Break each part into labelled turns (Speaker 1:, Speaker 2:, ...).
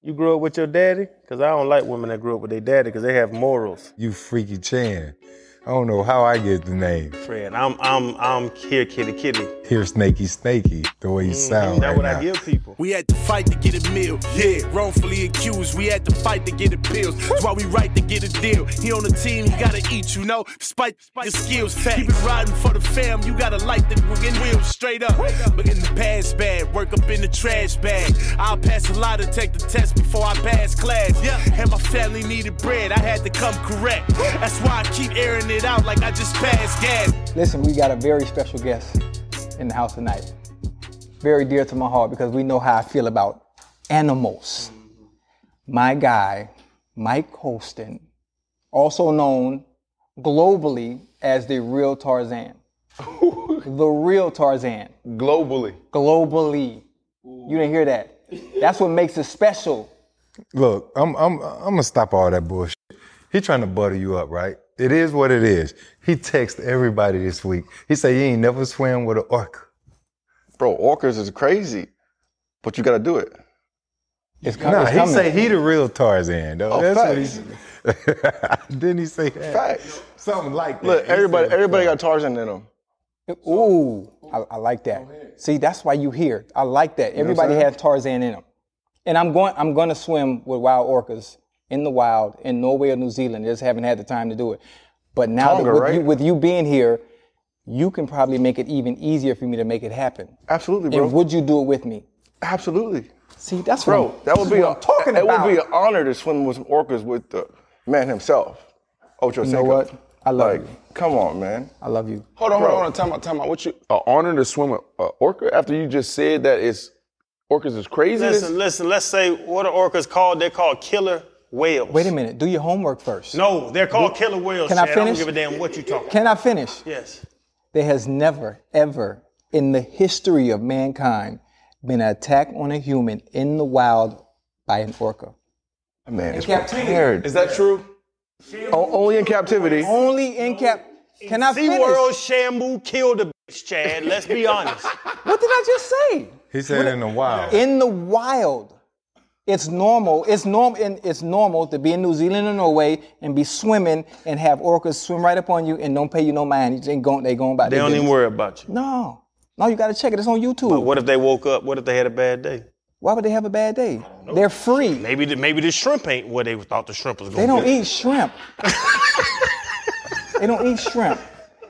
Speaker 1: You grew up with your daddy? Because I don't like women that grew up with their daddy because they have morals.
Speaker 2: You freaky Chan. I don't know how I get the name.
Speaker 1: Fred, I'm I'm I'm here, kitty kitty.
Speaker 2: Hear Snaky Snaky, the way you sound.
Speaker 1: That's
Speaker 2: right
Speaker 1: what
Speaker 2: now.
Speaker 1: I give people.
Speaker 3: We had to fight to get a meal. Yeah, wrongfully accused. We had to fight to get appeals. That's why we right to get a deal. He on the team, he gotta eat, you know. Despite the skills, keep it riding for the fam. You gotta light the wooden wheel straight up. But in the past bag, work up in the trash bag. I'll pass a lot to take the test before I pass class. Yeah, and my family needed bread. I had to come correct. That's why I keep airing it out like I just passed gas.
Speaker 4: Listen, we got a very special guest in the house tonight. Very dear to my heart because we know how I feel about animals. My guy, Mike Holston, also known globally as the real Tarzan. the real Tarzan,
Speaker 5: Globally.
Speaker 4: globally. You didn't hear that. That's what makes it special.
Speaker 2: Look, I'm I'm I'm gonna stop all that bullshit. He trying to butter you up, right? It is what it is. He texted everybody this week. He said he ain't never swam with an orca.
Speaker 5: Bro, orcas is crazy, but you gotta do it.
Speaker 4: It's, com-
Speaker 2: Nah,
Speaker 4: it's
Speaker 2: he
Speaker 4: coming.
Speaker 2: say he the real Tarzan though.
Speaker 5: Oh,
Speaker 2: he said. Didn't he say that?
Speaker 5: Facts.
Speaker 2: Something like that.
Speaker 5: Look,
Speaker 2: He
Speaker 5: everybody
Speaker 2: said-
Speaker 5: everybody got Tarzan in them.
Speaker 4: Ooh, I, I like that. See, that's why you here. I like that. Everybody has Tarzan in them, and I'm going. I'm going to swim with wild orcas in the wild in Norway or New Zealand. Just haven't had the time to do it. But now
Speaker 5: Tonga,
Speaker 4: that with,
Speaker 5: right?
Speaker 4: you, with you being here, you can probably make it even easier for me to make it happen.
Speaker 5: Absolutely, bro.
Speaker 4: And would you do it with me?
Speaker 5: Absolutely.
Speaker 4: See, that's what
Speaker 5: Bro,
Speaker 4: I'm,
Speaker 5: that would
Speaker 4: that's
Speaker 5: be
Speaker 4: what
Speaker 5: a,
Speaker 4: I'm talking
Speaker 5: it
Speaker 4: about.
Speaker 5: would be an honor to swim with some orcas with the man himself. Ocho
Speaker 4: you know what? I love
Speaker 5: Like,
Speaker 4: you.
Speaker 5: come on, man.
Speaker 4: I love you.
Speaker 6: Hold on, hold on, time out, time out. What you? An honor to swim with an orca after you just said that it's orcas is crazy.
Speaker 1: Listen, listen, let's say what are orcas called? They're called killer whales.
Speaker 4: Wait a minute. Do your homework first.
Speaker 1: No, they're called killer whales,
Speaker 4: Can I
Speaker 1: Chad. I don't
Speaker 4: finish?
Speaker 1: give a damn what you talking
Speaker 4: Can I finish?
Speaker 1: Yes.
Speaker 4: There has never, ever in the history of mankind been an attack on a human in the wild by an orca.
Speaker 5: That Man, it's
Speaker 4: captivity.
Speaker 5: prepared.
Speaker 6: Is that true?
Speaker 5: O- only in captivity.
Speaker 4: Only in cap. Can I finish?
Speaker 1: SeaWorld Shambu killed a bitch, Chad. Let's be honest.
Speaker 4: What did I just say?
Speaker 2: He said in the wild.
Speaker 4: In the wild, it's normal. It's norm. and It's normal to be in New Zealand or Norway and be swimming and have orcas swim right up on you and don't pay you no mind. They going. They going by.
Speaker 1: They don't even worry about you.
Speaker 4: No, no. You got to check it. It's on YouTube.
Speaker 1: But what if they woke up? What if they had a bad day?
Speaker 4: Why would they have a bad day? They're free.
Speaker 1: Maybe the, maybe the shrimp ain't what they thought the shrimp was going
Speaker 4: They
Speaker 1: to
Speaker 4: don't
Speaker 1: be.
Speaker 4: eat shrimp. they don't eat shrimp.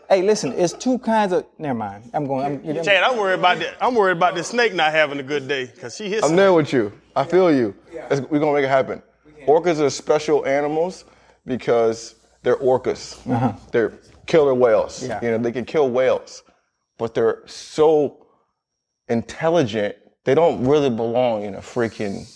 Speaker 4: Hey, listen, it's two kinds of. Never mind. I'm going. I'm, you're-
Speaker 1: Chad, I'm worried about that. I'm worried about the snake not having a good day because she hits.
Speaker 5: I'm there with you. I feel you. It's- We're gonna make it happen. Orcas are special animals because they're orcas. They're killer whales.
Speaker 4: Yeah.
Speaker 5: You know, they can kill whales, but they're so intelligent. They don't really belong in a freaking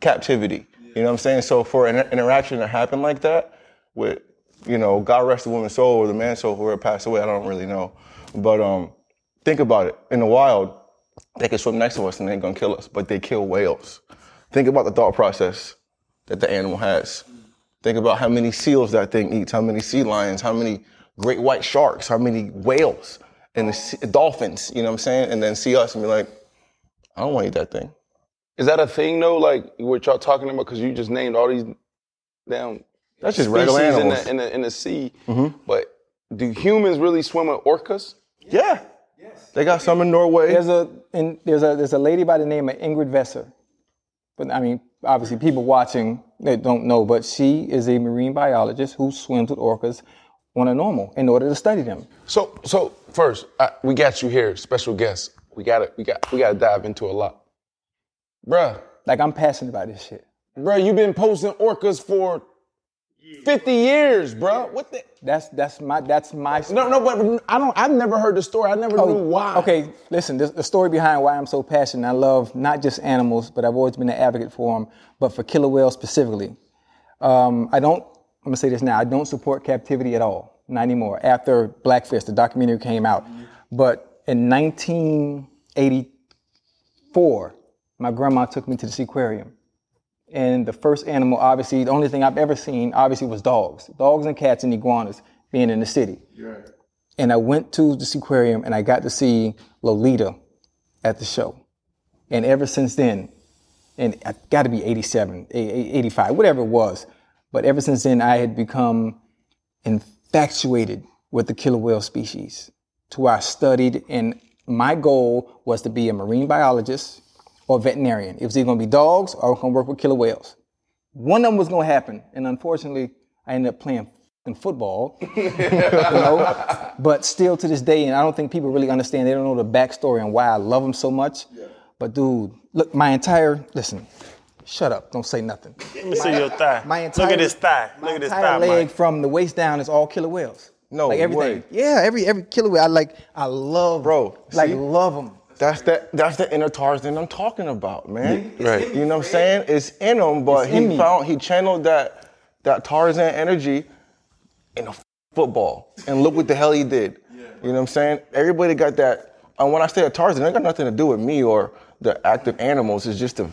Speaker 5: captivity. You know what I'm saying? So for an interaction to happen like that with, you know, God rest the woman's soul or the man's soul, whoever passed away, I don't really know. But um, think about it. In the wild, they can swim next to us and they ain't gonna kill us, but they kill whales. Think about the thought process that the animal has. Think about how many seals that thing eats, how many sea lions, how many great white sharks, how many whales and the sea, dolphins, you know what I'm saying? And then see us and be like, I don't wanna eat that thing.
Speaker 6: Is that a thing though? Like what y'all talking about? Because you just named all these damn
Speaker 5: That's just regular
Speaker 6: species in
Speaker 5: animals. Mm-hmm.
Speaker 6: the, in the in the sea. But do humans really swim with orcas?
Speaker 5: Yeah. They got some in Norway.
Speaker 4: There's a and there's a there's a lady by the name of Ingrid Vesser, but I mean obviously people watching they don't know, but she is a marine biologist who swims with orcas on a normal in order to study them.
Speaker 6: So so first, I, we got you here, special guest. We got to We got we got to dive into a lot, bruh.
Speaker 4: Like I'm passionate about this shit.
Speaker 6: Bruh, you've been posting orcas for 50 years, bruh. What the?
Speaker 4: That's that's my that's my story.
Speaker 6: No, no, but I don't. I've never heard the story. I never knew why.
Speaker 4: Oh, Okay, listen, this, the story behind why I'm so passionate, I love not just animals, but I've always been an advocate for them, but for killer whales specifically. Um, I don't, I'm gonna say this now, I don't support captivity at all, not anymore, after Blackfish, the documentary came out. But in 1984, my grandma took me to the seaquarium. And the first animal, obviously, the only thing I've ever seen, obviously, was dogs. Dogs and cats and iguanas being in the city and I went to the aquarium and I got to see Lolita at the show. And ever since then, and I got to be 87, eh, eh, 85, whatever it was. But ever since then, I had become infatuated with the killer whale species to where I studied, and my goal was to be a marine biologist or veterinarian. It was either going to be dogs or I was going to work with killer whales. One of them was going to happen, and unfortunately, I ended up playing f***ing football. you know? But still to this day, and I don't think people really understand, they don't know the backstory and why I love them so much. But dude, look, my entire, listen, shut up, don't say nothing.
Speaker 1: Let me see your thigh.
Speaker 4: My entire,
Speaker 1: Look at his thigh.
Speaker 4: my
Speaker 1: Look at his
Speaker 4: entire
Speaker 1: thigh,
Speaker 4: leg
Speaker 1: Mike.
Speaker 4: from the waist down is all killer whales.
Speaker 5: No
Speaker 4: like everything.
Speaker 5: way.
Speaker 4: Yeah, every every killer whale. I like. I love.
Speaker 5: Bro,
Speaker 4: like
Speaker 5: see?
Speaker 4: love them.
Speaker 5: That's that. That's the inner Tarzan I'm talking about, man.
Speaker 6: Right. in
Speaker 5: You know what I'm saying? It's in him, but
Speaker 4: It's
Speaker 5: he
Speaker 4: in me.
Speaker 5: found he channeled that that Tarzan energy in a f- football, and look what the hell he did. You know what I'm saying? Everybody got that. And when I say a Tarzan, it got nothing to do with me or the active animals. It's just the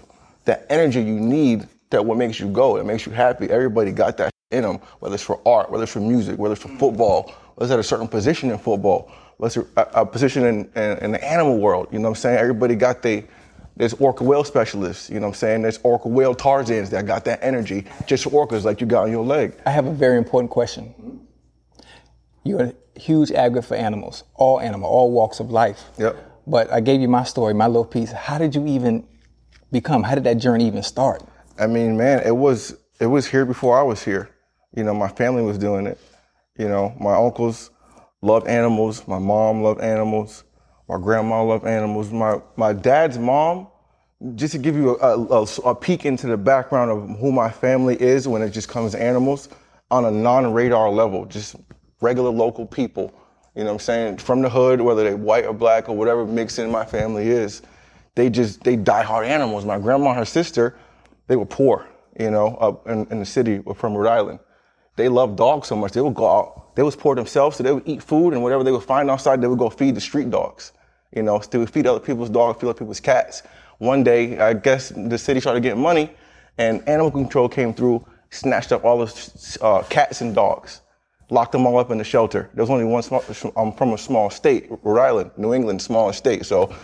Speaker 5: that energy you need that what makes you go, that makes you happy. Everybody got that in them, whether it's for art, whether it's for music, whether it's for football, whether it's at a certain position in football, whether it's a, a position in, in, in the animal world. You know what I'm saying? Everybody got they. There's orca whale specialists, you know what I'm saying? There's orca whale Tarzans that got that energy, just orcas like you got on your leg.
Speaker 4: I have a very important
Speaker 1: Hmm?
Speaker 4: question. You're a huge advocate for animals, all animal, all walks of life.
Speaker 5: Yep.
Speaker 4: But I gave you my story, my little piece. How did you even become? How did that journey even start?
Speaker 5: I mean, man, it was it was here before I was here. You know, my family was doing it. You know, my uncles loved animals. My mom loved animals. My grandma loved animals. My my dad's mom. Just to give you a, a, a peek into the background of who my family is when it just comes to animals, on a non-radar level, just regular local people. You know what I'm saying? From the hood, whether they're white or black or whatever mix in my family is, they just they die-hard animals. My grandma and her sister, they were poor, you know, up in, in the city from Rhode Island. They loved dogs so much, they would go out, they was poor themselves, so they would eat food and whatever they would find outside, they would go feed the street dogs. You know, so they would feed other people's dogs, feed other people's cats. One day, I guess the city started getting money, and animal control came through, snatched up all the uh, cats and dogs, locked them all up in the shelter. There was only one small, I'm from a small state, Rhode Island, New England, small state, so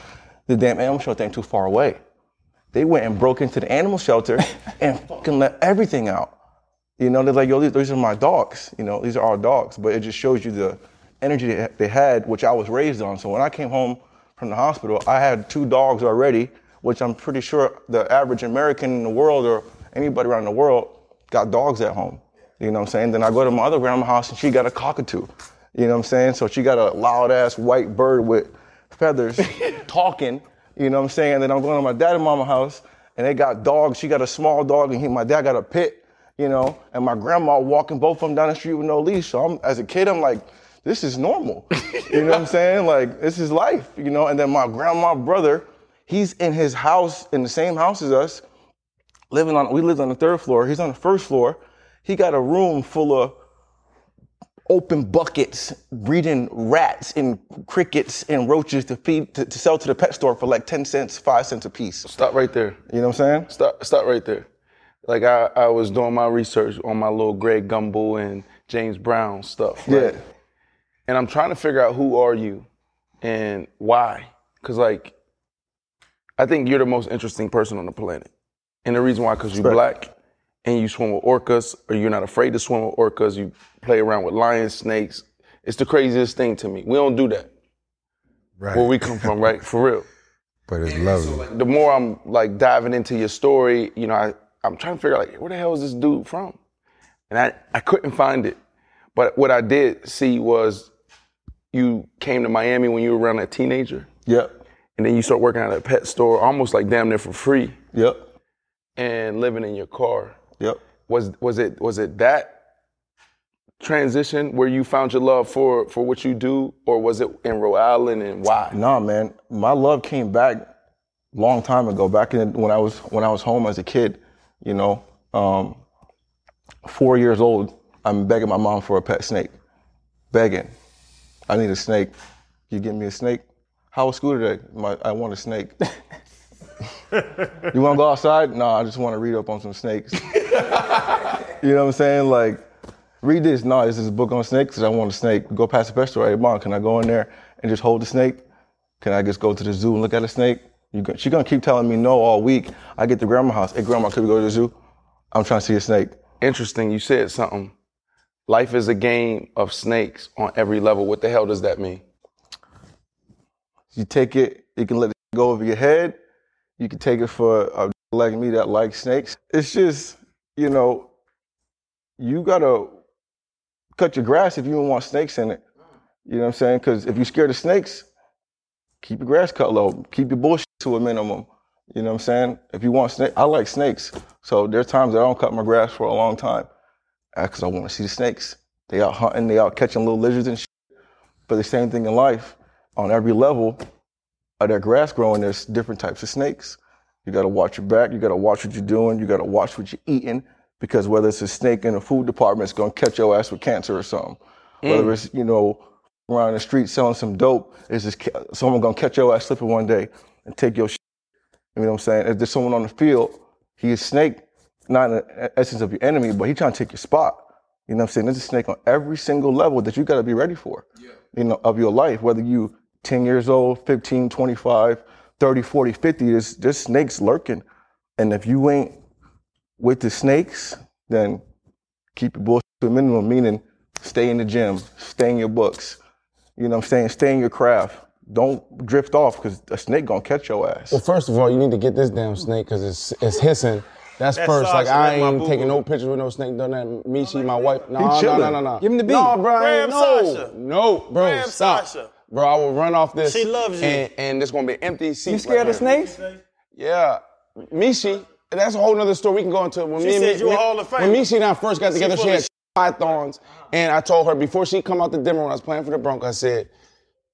Speaker 5: the damn animal shelter ain't too far away they went and broke into the animal shelter and fucking let everything out. You know, they're like, yo, these, these are my dogs. You know, these are our dogs. But it just shows you the energy they, they had, which I was raised on. So when I came home from the hospital, I had two dogs already, which I'm pretty sure the average American in the world or anybody around the world got dogs at home. You know what I'm saying? Then I go to my other grandma's house and she got a cockatoo. You know what I'm saying? So she got a loud ass white bird with feathers talking. You know what I'm saying? then I'm going to my dad and mama house and they got dogs. She got a small dog and he, my dad got a pit, you know, and my grandma walking both of them down the street with no leash. So I'm, as a kid, I'm like, this is normal. You know what I'm saying? Like, this is life, you know? And then my grandma brother, he's in his house, in the same house as us, living on, we lived on the third floor. He's on the first floor. He got a room full of open buckets breeding rats and crickets and roaches to feed to, to sell to the pet store for like 10 cents 5 cents a piece
Speaker 6: Stop right there.
Speaker 5: you know what i'm saying
Speaker 6: Stop, stop right there. Like I, I was doing my research on my little Greg Gumbel and James Brown stuff. Right?
Speaker 5: yeah
Speaker 6: And I'm trying to figure out who are you and why. Cause like, I think you're the most interesting person on the planet. And the reason why, cause you're black and you swim with orcas or you're not afraid to swim with orcas. You play around with lions, snakes. It's the craziest thing to me. We don't do that
Speaker 2: Right.
Speaker 6: where we come from, right? For real.
Speaker 2: but it's lovely.
Speaker 6: the more I'm like diving into your story, you know, I, I'm trying to figure out like where the hell is this dude from? And I, I couldn't find it. But what I did see was you came to Miami when you were around a teenager.
Speaker 5: yep
Speaker 6: And then you start working at a pet store almost like damn near for free
Speaker 5: yep
Speaker 6: and living in your car.
Speaker 5: yep
Speaker 6: Was was it was it that transition where you found your love for for what you do, or was it in Rhode Island and why?
Speaker 5: nah man my love came back long time ago back in when i was when i was home as a kid you know um, four years old i'm begging my mom for a pet snake begging i need a snake you give me a snake how was school today my, i want a snake you want to go outside no i just want to read up on some snakes you know what i'm saying like read this no this is a book on snakes 'cause i want a snake go past the pet store hey mom can i go in there and just hold the snake can I just go to the zoo and look at a snake?
Speaker 6: You go, she gonna keep telling me no all week. I get to grandma house. Hey, grandma, could we go to the zoo? I'm trying to see a snake.
Speaker 5: Interesting, you said something. Life is a game of snakes on every level. What the hell does that mean?
Speaker 6: You take it. You can let it go over your head. You can take it for a like me that likes snakes. It's just you know, you gotta cut your grass if you don't want snakes in it. You know what I'm saying? Because if you're scared of snakes, keep your grass cut low. Keep your bullshit to a minimum. You know what I'm saying? If you want snake, I like snakes. So there's times that I don't cut my grass for a long time because I want to see the snakes. They out hunting, they out catching little lizards and shit. But the same thing in life, on every level of that grass growing, there's different types of snakes. You gotta watch your back. You gotta watch what you're doing. You gotta watch what you're eating because whether it's a snake in the food department, it's gonna catch your ass with cancer or something. Whether it's you know around the street selling some dope, it's just ca- someone gonna catch your ass slipping one day and take your. Shit. You know what I'm saying? If there's someone on the field, he a snake, not in the e, essence of your enemy, but he trying to take your spot. You know what I'm saying? There's a snake on every single level that you gotta be ready for. You know, of your life, whether you 10 years old, 15, 25, 30, 40, 50, there's, there's snakes lurking. And if you ain't with the snakes, then keep your bullshit to a minimum, meaning stay in the gym, stay in your books. You know what I'm saying? Stay in your craft. Don't drift off because a snake gonna catch your ass.
Speaker 7: Well, first of all, you need to get this damn snake because it's it's hissing. That's, first.
Speaker 1: sucks,
Speaker 7: Like I
Speaker 1: man, my
Speaker 7: ain't
Speaker 1: boo-boo.
Speaker 7: taking no pictures with no snake. Done that. Me, she, my wife. No, no,
Speaker 6: chilling.
Speaker 7: no, no, no.
Speaker 4: Give him the beat.
Speaker 7: No, bro. I
Speaker 1: Grab
Speaker 7: ain't- no,
Speaker 1: Sasha.
Speaker 7: no, bro.
Speaker 1: Grab
Speaker 7: stop,
Speaker 1: Sasha.
Speaker 7: bro. I will run off this.
Speaker 1: She loves you.
Speaker 7: And, and this gonna be an empty seat.
Speaker 4: You scared
Speaker 7: right
Speaker 4: of
Speaker 7: here.
Speaker 4: snakes?
Speaker 7: Yeah, Mishi. That's a whole nother story. We can go into when me and
Speaker 1: said
Speaker 7: Mi-
Speaker 1: you a
Speaker 7: when-
Speaker 1: Hall of Famer.
Speaker 7: When Mishi and I first got together, she,
Speaker 1: full of
Speaker 7: had pythons, and I told her before she come out the dinner when I was playing for the Broncos, I said,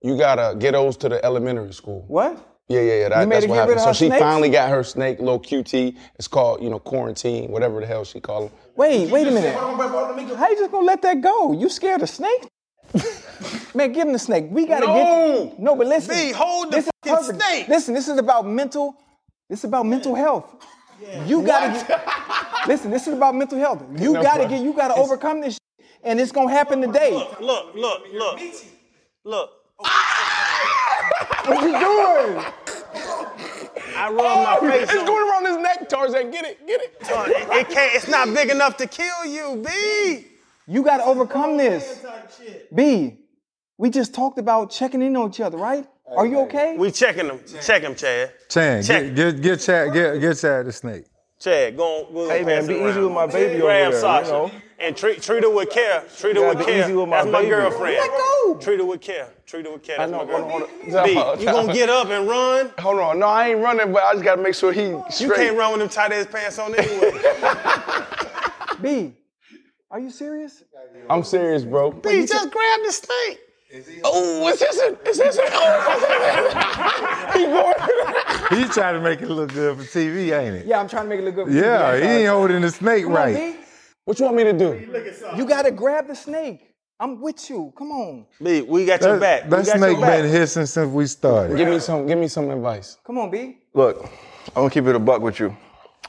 Speaker 7: "You gotta get those to the elementary school."
Speaker 4: What?
Speaker 7: Yeah, yeah, yeah. That,
Speaker 4: You made
Speaker 7: that's
Speaker 4: her
Speaker 7: what
Speaker 4: get rid
Speaker 7: happened.
Speaker 4: of
Speaker 7: So
Speaker 4: her
Speaker 7: she
Speaker 4: snakes?
Speaker 7: finally got her snake, little QT. It's called, you know, quarantine, whatever the hell she call it.
Speaker 4: Wait, wait a minute. How you just gonna let that go? You scared of snakes? Man, give him the snake. We gotta
Speaker 5: No!
Speaker 4: get no, but listen.
Speaker 1: B, hold the
Speaker 4: this is
Speaker 1: fucking
Speaker 4: perfect.
Speaker 1: snake.
Speaker 4: Listen, this is about mental. This is about mental health. You gotta get, listen. This is about mental health. You gotta get. You gotta overcome this, shit, and it's gonna happen today.
Speaker 1: Look, look, look, look. Look,
Speaker 4: What you doing?
Speaker 1: I rub my face.
Speaker 7: It's
Speaker 1: on-
Speaker 7: going around his neck, Tarzan. Get it, get it.
Speaker 1: Son, it, it can't. It's not big enough to kill you, B.
Speaker 4: You gotta overcome this. B, we just talked about checking in on each other, right? Are you okay?
Speaker 1: We checking him. Check him, Chad.
Speaker 2: Chan,
Speaker 1: Check.
Speaker 2: get, get, get Chad, get, get Chad the snake.
Speaker 1: Chad, go on. Go on
Speaker 6: Hey, man,
Speaker 1: pass
Speaker 6: be
Speaker 1: it around.
Speaker 6: easy with my baby over
Speaker 1: Grab
Speaker 6: there, you
Speaker 1: Sasha
Speaker 6: know.
Speaker 1: and treat treat her with care. Treat her
Speaker 6: gotta
Speaker 1: with
Speaker 6: be
Speaker 1: care.
Speaker 6: easy with my
Speaker 1: That's my
Speaker 6: baby.
Speaker 1: girlfriend.
Speaker 4: Let go.
Speaker 1: Treat her with care. Treat her with care. That's
Speaker 6: know,
Speaker 1: my girlfriend.
Speaker 6: hold on, hold on. No,
Speaker 1: B, you gonna get up and run?
Speaker 5: Hold on, no, I ain't running, but I just gotta make sure he
Speaker 1: You
Speaker 5: straight.
Speaker 1: can't run with them tight ass pants on anyway.
Speaker 4: B, are you serious?
Speaker 7: I'm serious, bro.
Speaker 1: B, just grab the snake.
Speaker 7: Oh, it's hissing. It's hissing. Oh, he going.
Speaker 2: He trying to make it look good for TV, ain't it?
Speaker 4: Yeah, I'm trying to make it look good. For
Speaker 2: Yeah,
Speaker 4: you.
Speaker 2: he ain't holding the snake
Speaker 4: Come on,
Speaker 2: right.
Speaker 4: B.
Speaker 7: What you want me to do?
Speaker 4: You gotta grab the snake. I'm with you. Come on.
Speaker 1: B, we got your back.
Speaker 2: That, that
Speaker 1: we got
Speaker 2: snake
Speaker 1: your back.
Speaker 2: been hissing since we started.
Speaker 7: Give me some. Give me some advice.
Speaker 4: Come on, B.
Speaker 6: Look, I'm gonna keep it a buck with you.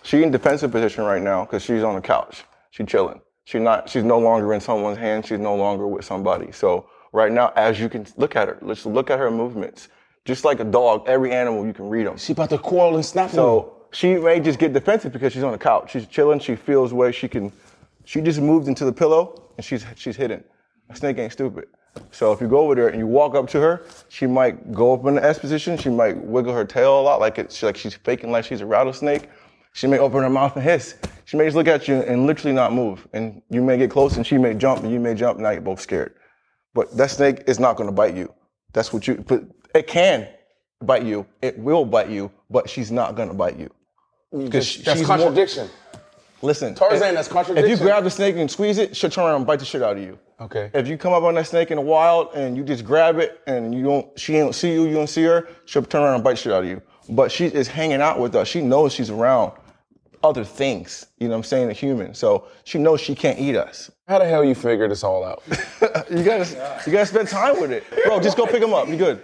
Speaker 6: She in defensive position right now because she's on the couch. She chilling. She not. She's no longer in someone's hand. She's no longer with somebody. So right now, as you can look at her, let's look at her movements. Just like a dog, every animal you can read them.
Speaker 7: She about to quarrel and snap. on me.
Speaker 6: So she may just get defensive because she's on the couch. She's chilling. She feels way she can. She just moved into the pillow and she's she's hidden. A snake ain't stupid. So if you go over there and you walk up to her, she might go up in the S position. She might wiggle her tail a lot, like it's like she's faking like she's a rattlesnake. She may open her mouth and hiss. She may just look at you and literally not move. And you may get close and she may jump and you may jump and now you're both scared. But that snake is not going to bite you. That's what you. But it can bite you. It will bite you. But she's not going to bite you. Because she-
Speaker 7: That's
Speaker 6: she's more-
Speaker 7: contradiction.
Speaker 6: listen,
Speaker 7: Tarzan,
Speaker 6: if-
Speaker 7: that's contradiction.
Speaker 6: If you grab the snake and squeeze it, she'll turn around and bite the shit out of you.
Speaker 7: Okay.
Speaker 6: If you come up on that snake in the wild and you just grab it and you don't, she don't see you, you don't see her, she'll turn around and bite shit out of you. But she is hanging out with us. She knows she's around other things. You know what I'm saying? A human. So she knows she can't eat us.
Speaker 7: How the hell you figure this all out?
Speaker 6: You gotta, you gotta spend time with it, bro. Just go pick him up. You good?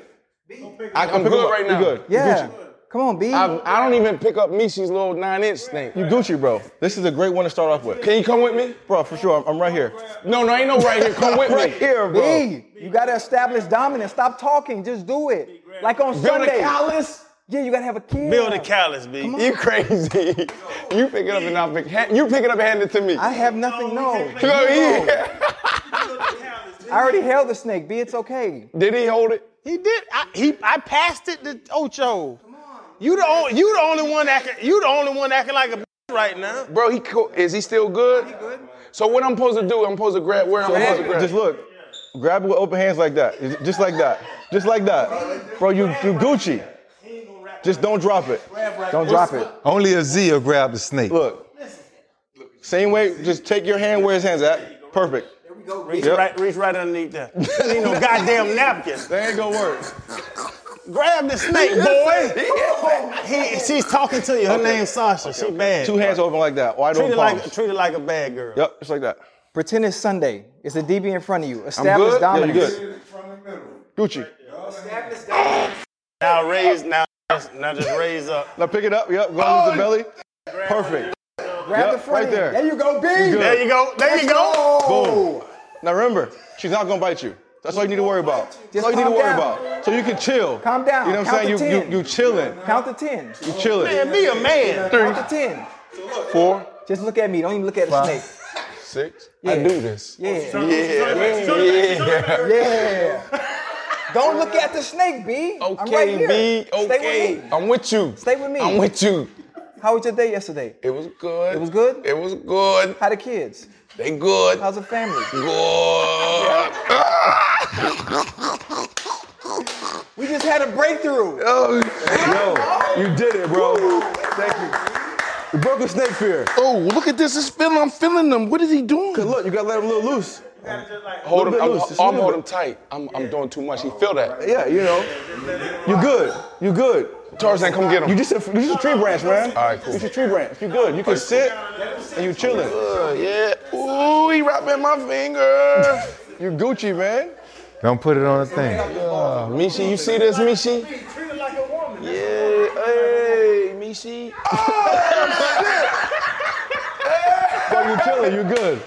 Speaker 7: I, I'm
Speaker 6: Pick 'em
Speaker 7: good
Speaker 6: up.
Speaker 7: right now.
Speaker 6: You good?
Speaker 4: Yeah. Come on, B.
Speaker 7: I, I don't even pick up Mishi's little nine-inch snake.
Speaker 6: You Gucci, bro. This is a great one to start off with.
Speaker 7: Can you come with me?
Speaker 6: Bro, for sure. I'm, I'm right here.
Speaker 7: No, no, ain't no right here. Come with
Speaker 6: Right
Speaker 7: me.
Speaker 6: here, bro.
Speaker 4: B, you gotta establish dominance. Stop talking. Just do it. Like on
Speaker 7: Build a
Speaker 4: Sunday.
Speaker 7: callus.
Speaker 4: Yeah, you gotta have a kid.
Speaker 1: Build a callus, B.
Speaker 7: You crazy. You pick it up and I'll pick hand, you pick it up and hand it to me.
Speaker 4: I have nothing. No,
Speaker 7: You know, he-
Speaker 4: I already held the snake. B, it's okay.
Speaker 7: did he hold it?
Speaker 1: He did. I, he, I passed it to Ocho. Come on. You the only, you the only one acting. You the only one acting like a b- right now.
Speaker 7: Bro, he co- is he still good? So what I'm supposed to do, I'm supposed to grab where I'm supposed to grab.
Speaker 5: Just look. Grab it with open hands like that. Just like that. Just like that. Bro, you, you Gucci. Just don't drop it. Don't drop it.
Speaker 2: Only a Z will grab the snake.
Speaker 5: Look. Same way, just take your hand where his hand's at. Perfect.
Speaker 1: Reach right, reach right underneath there. There ain't no goddamn napkin.
Speaker 5: That ain't gonna work.
Speaker 1: Grab the snake, boy. he, she's talking to you. Her name's Sasha. she bad.
Speaker 5: Two hands open like that. Wide
Speaker 1: Treat
Speaker 5: open
Speaker 1: it like,
Speaker 5: palms.
Speaker 1: treat it like a bad girl.
Speaker 5: Yep, just like that.
Speaker 4: Pretend it's Sunday. It's a DB in front of you. Establish
Speaker 5: good? Yeah, you
Speaker 4: dominance.
Speaker 5: good. Gucci.
Speaker 1: Now raise, now, now just raise up.
Speaker 5: Now pick it up. Yep. Go
Speaker 1: Oh.
Speaker 5: underneath the belly. Perfect.
Speaker 4: Grab
Speaker 5: Yep,
Speaker 4: the front
Speaker 5: right
Speaker 4: end.
Speaker 5: there.
Speaker 4: There you go, B.
Speaker 1: There you go. There you go.
Speaker 5: Boom. Now remember, she's not gonna bite you. That's all you need to worry about. That's
Speaker 4: Just
Speaker 5: all you need to
Speaker 4: calm
Speaker 5: worry
Speaker 4: down.
Speaker 5: about. So you can chill.
Speaker 4: Calm down.
Speaker 5: You know what I'm
Speaker 4: Count
Speaker 5: saying?
Speaker 4: to
Speaker 5: You,
Speaker 4: 10.
Speaker 5: you you chilling.
Speaker 4: Count to ten.
Speaker 5: You chilling.
Speaker 1: Man, be a man.
Speaker 4: Count to ten.
Speaker 5: Four.
Speaker 4: Just look at me. Don't even look at the snake.
Speaker 7: Six. I do this.
Speaker 4: Yeah.
Speaker 7: Yeah.
Speaker 4: Yeah. Don't look at the snake, B. I'm right here.
Speaker 7: Okay, B.
Speaker 4: Stay
Speaker 7: Okay.
Speaker 4: with me.
Speaker 7: I'm with you.
Speaker 4: Stay with me.
Speaker 7: I'm with you.
Speaker 4: How was your day yesterday?
Speaker 7: It was good.
Speaker 4: It was good?
Speaker 7: It was good.
Speaker 4: How the kids?
Speaker 7: They good.
Speaker 4: How's the family?
Speaker 7: Good.
Speaker 4: We just had a breakthrough.
Speaker 5: Yo, you did it, bro. Thank you. You broke the snake fear.
Speaker 7: Oh, look at this. It's feeling, I'm feeling them. What is he doing?
Speaker 5: Cause look, you gotta let him a little loose.
Speaker 7: Hold
Speaker 5: Little
Speaker 7: him.
Speaker 5: bit
Speaker 7: I'm,
Speaker 5: loose, just a
Speaker 7: I'm
Speaker 5: little
Speaker 7: holding him tight. I'm, I'm doing too much. He feel that.
Speaker 5: Yeah, you know. You good. You good.
Speaker 7: Tarzan, come get him.
Speaker 5: You just a, you just a tree branch, man.
Speaker 7: All right, cool.
Speaker 5: It's a tree branch. You good. You can sit and you chilling.
Speaker 7: Uh, yeah. Ooh, he wrapping my finger.
Speaker 5: You Gucci, man.
Speaker 2: Don't put it on a thing.
Speaker 7: Uh, Mishi, you see this, Mishi? Yeah. Hey, Mishi.
Speaker 5: Bro, you chilling. You good.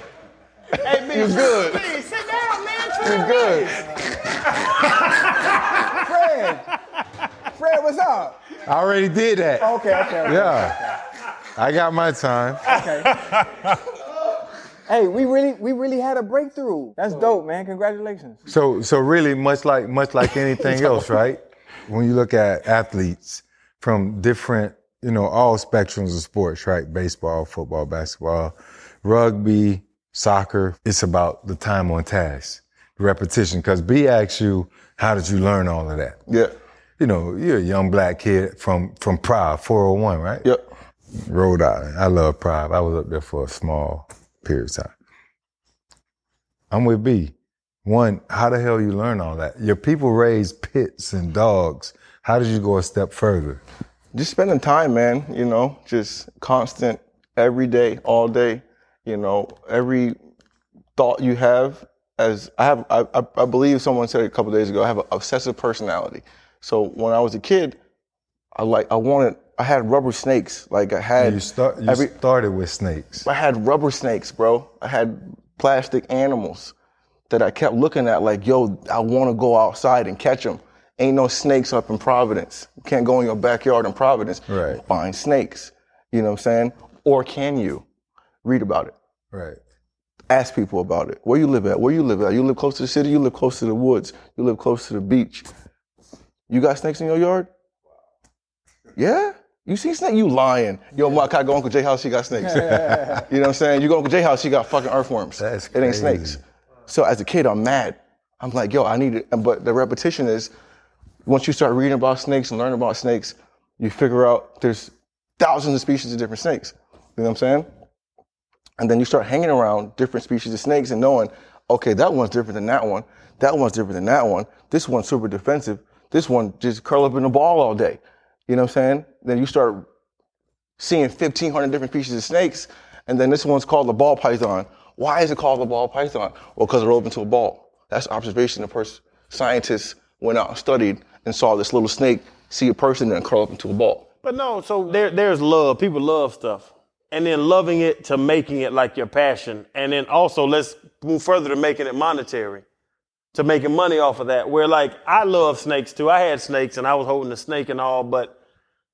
Speaker 5: you good. You good.
Speaker 4: Fred. Fred, what's up?
Speaker 2: I already did that.
Speaker 4: Okay, okay.
Speaker 2: Yeah. I got my time.
Speaker 4: Hey, we really, we really had a breakthrough. That's dope, man. Congratulations.
Speaker 2: So so really much like much like anything else, right? When you look at athletes from different, you know, all spectrums of sports, right? Baseball, football, basketball, rugby, soccer, it's about the time on task, repetition. Cause B asks you, how did you learn all of that?
Speaker 5: Yeah.
Speaker 2: You know, you're a young black kid from from Pride, 401, right?
Speaker 5: Yep.
Speaker 2: Rhode Island. I love Pride. I was up there for a small period of time. I'm with B. One, how the hell you learn all that? Your people raise pits and dogs. How did you go a step further?
Speaker 5: just spending time, man. You know, just constant, every day, all day. You know, every thought you have. As I have, I, I I believe someone said a couple days ago, I have an obsessive personality. So when I was a kid, I like, I wanted, I had rubber snakes. Like I had
Speaker 2: You start. You
Speaker 5: every,
Speaker 2: started with snakes.
Speaker 5: I had rubber snakes, bro. I had plastic animals that I kept looking at like, yo, I want to go outside and catch them. Ain't no snakes up in Providence. You can't go in your backyard in Providence.
Speaker 2: Right.
Speaker 5: Find snakes. You know what I'm saying? Or can you? Read about it.
Speaker 2: Right.
Speaker 5: Ask people about it. Where you live at? Where you live at? You live close to the city? You live close to the woods? You live close to the beach? You got snakes in your yard? Yeah? You see snake? You lying. Yo, Mark, I go Uncle J house, she got snakes. You know what I'm saying? You go to Uncle J house, she got fucking earthworms.
Speaker 2: That's
Speaker 5: it ain't
Speaker 2: crazy.
Speaker 5: snakes. So as a kid, I'm mad. I'm like, yo, I need it. But the repetition is, once you start reading about snakes and learning about snakes, you figure out there's thousands of species of different snakes. You know what I'm saying? And then you start hanging around different species of snakes and knowing, okay, that one's different than that one. That one's different than that one. This one's super defensive. This one just curl up in a ball all day. You know what I'm saying? Then you start seeing 1,500 different species of snakes, and then this one's called the ball python. Why is it called the ball python? Well, because it rolled into a ball. That's observation. The person, scientists went out and studied and saw this little snake see a person and curl up into a ball.
Speaker 1: But no, so there, there's love. People love stuff. And then loving it to making it like your passion. And then also let's move further to making it monetary, to making money off of that. Where like I love snakes too. I had snakes and I was holding a snake and all, but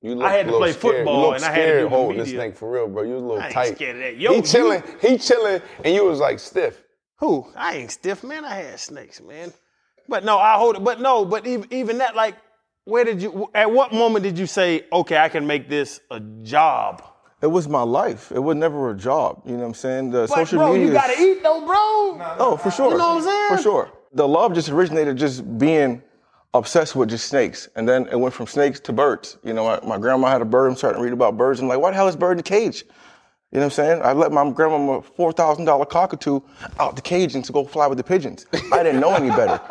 Speaker 7: You look
Speaker 1: I had to
Speaker 7: a little
Speaker 1: play
Speaker 7: scared.
Speaker 1: football
Speaker 7: you look
Speaker 1: and I had to
Speaker 7: scared
Speaker 1: do the
Speaker 7: holding this
Speaker 1: media.
Speaker 7: thing for real, bro. You was a little
Speaker 1: I ain't
Speaker 7: tight.
Speaker 1: scared of that. Yo,
Speaker 7: he chilling, he chilling, and you was like stiff.
Speaker 1: Who? I ain't stiff, man. I had snakes, man. But no, I hold it. But no, but even, even that, like, where did you? At what moment did you say, okay, I can make this a job?
Speaker 5: It was my life. It was never a job. You know what I'm saying? The
Speaker 1: But
Speaker 5: social
Speaker 1: bro,
Speaker 5: media.
Speaker 1: you gotta eat though, bro.
Speaker 5: Oh, for sure.
Speaker 1: You know what I'm saying?
Speaker 5: For sure. The love just originated just being obsessed with just snakes. And then it went from snakes to birds. You know, my, my grandma had a bird. I'm starting to read about birds. I'm like, why the hell is bird in the cage? You know what I'm saying? I let my grandma a $4,000 cockatoo out the cage and to go fly with the pigeons. I didn't know any better.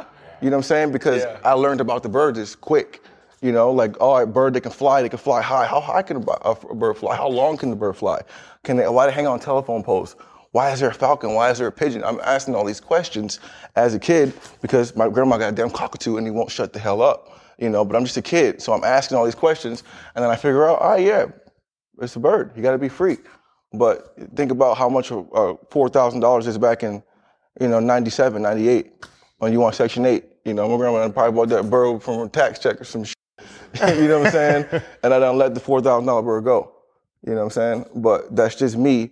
Speaker 5: You know what I'm saying? Because I learned about the birds is quick. You know, like, all right, bird, they can fly, they can fly high. How high can a bi- a f- a bird fly? How long can the bird fly? Can they, why they hang on telephone poles? Why is there a falcon? Why is there a pigeon? I'm asking all these questions as a kid because my grandma got a damn cockatoo and he won't shut the hell up, you know, but I'm just a kid. So I'm asking all these questions and then I figure out, oh, yeah, it's a bird. You got to be free. But think about how much uh, $4,000 is back in, you know, 97, 98 when you want Section 8. You know, my grandma probably bought that bird from a tax check or some shit. you know what I'm saying? And I done let the $4,000 bird go. You know what I'm saying? But that's just me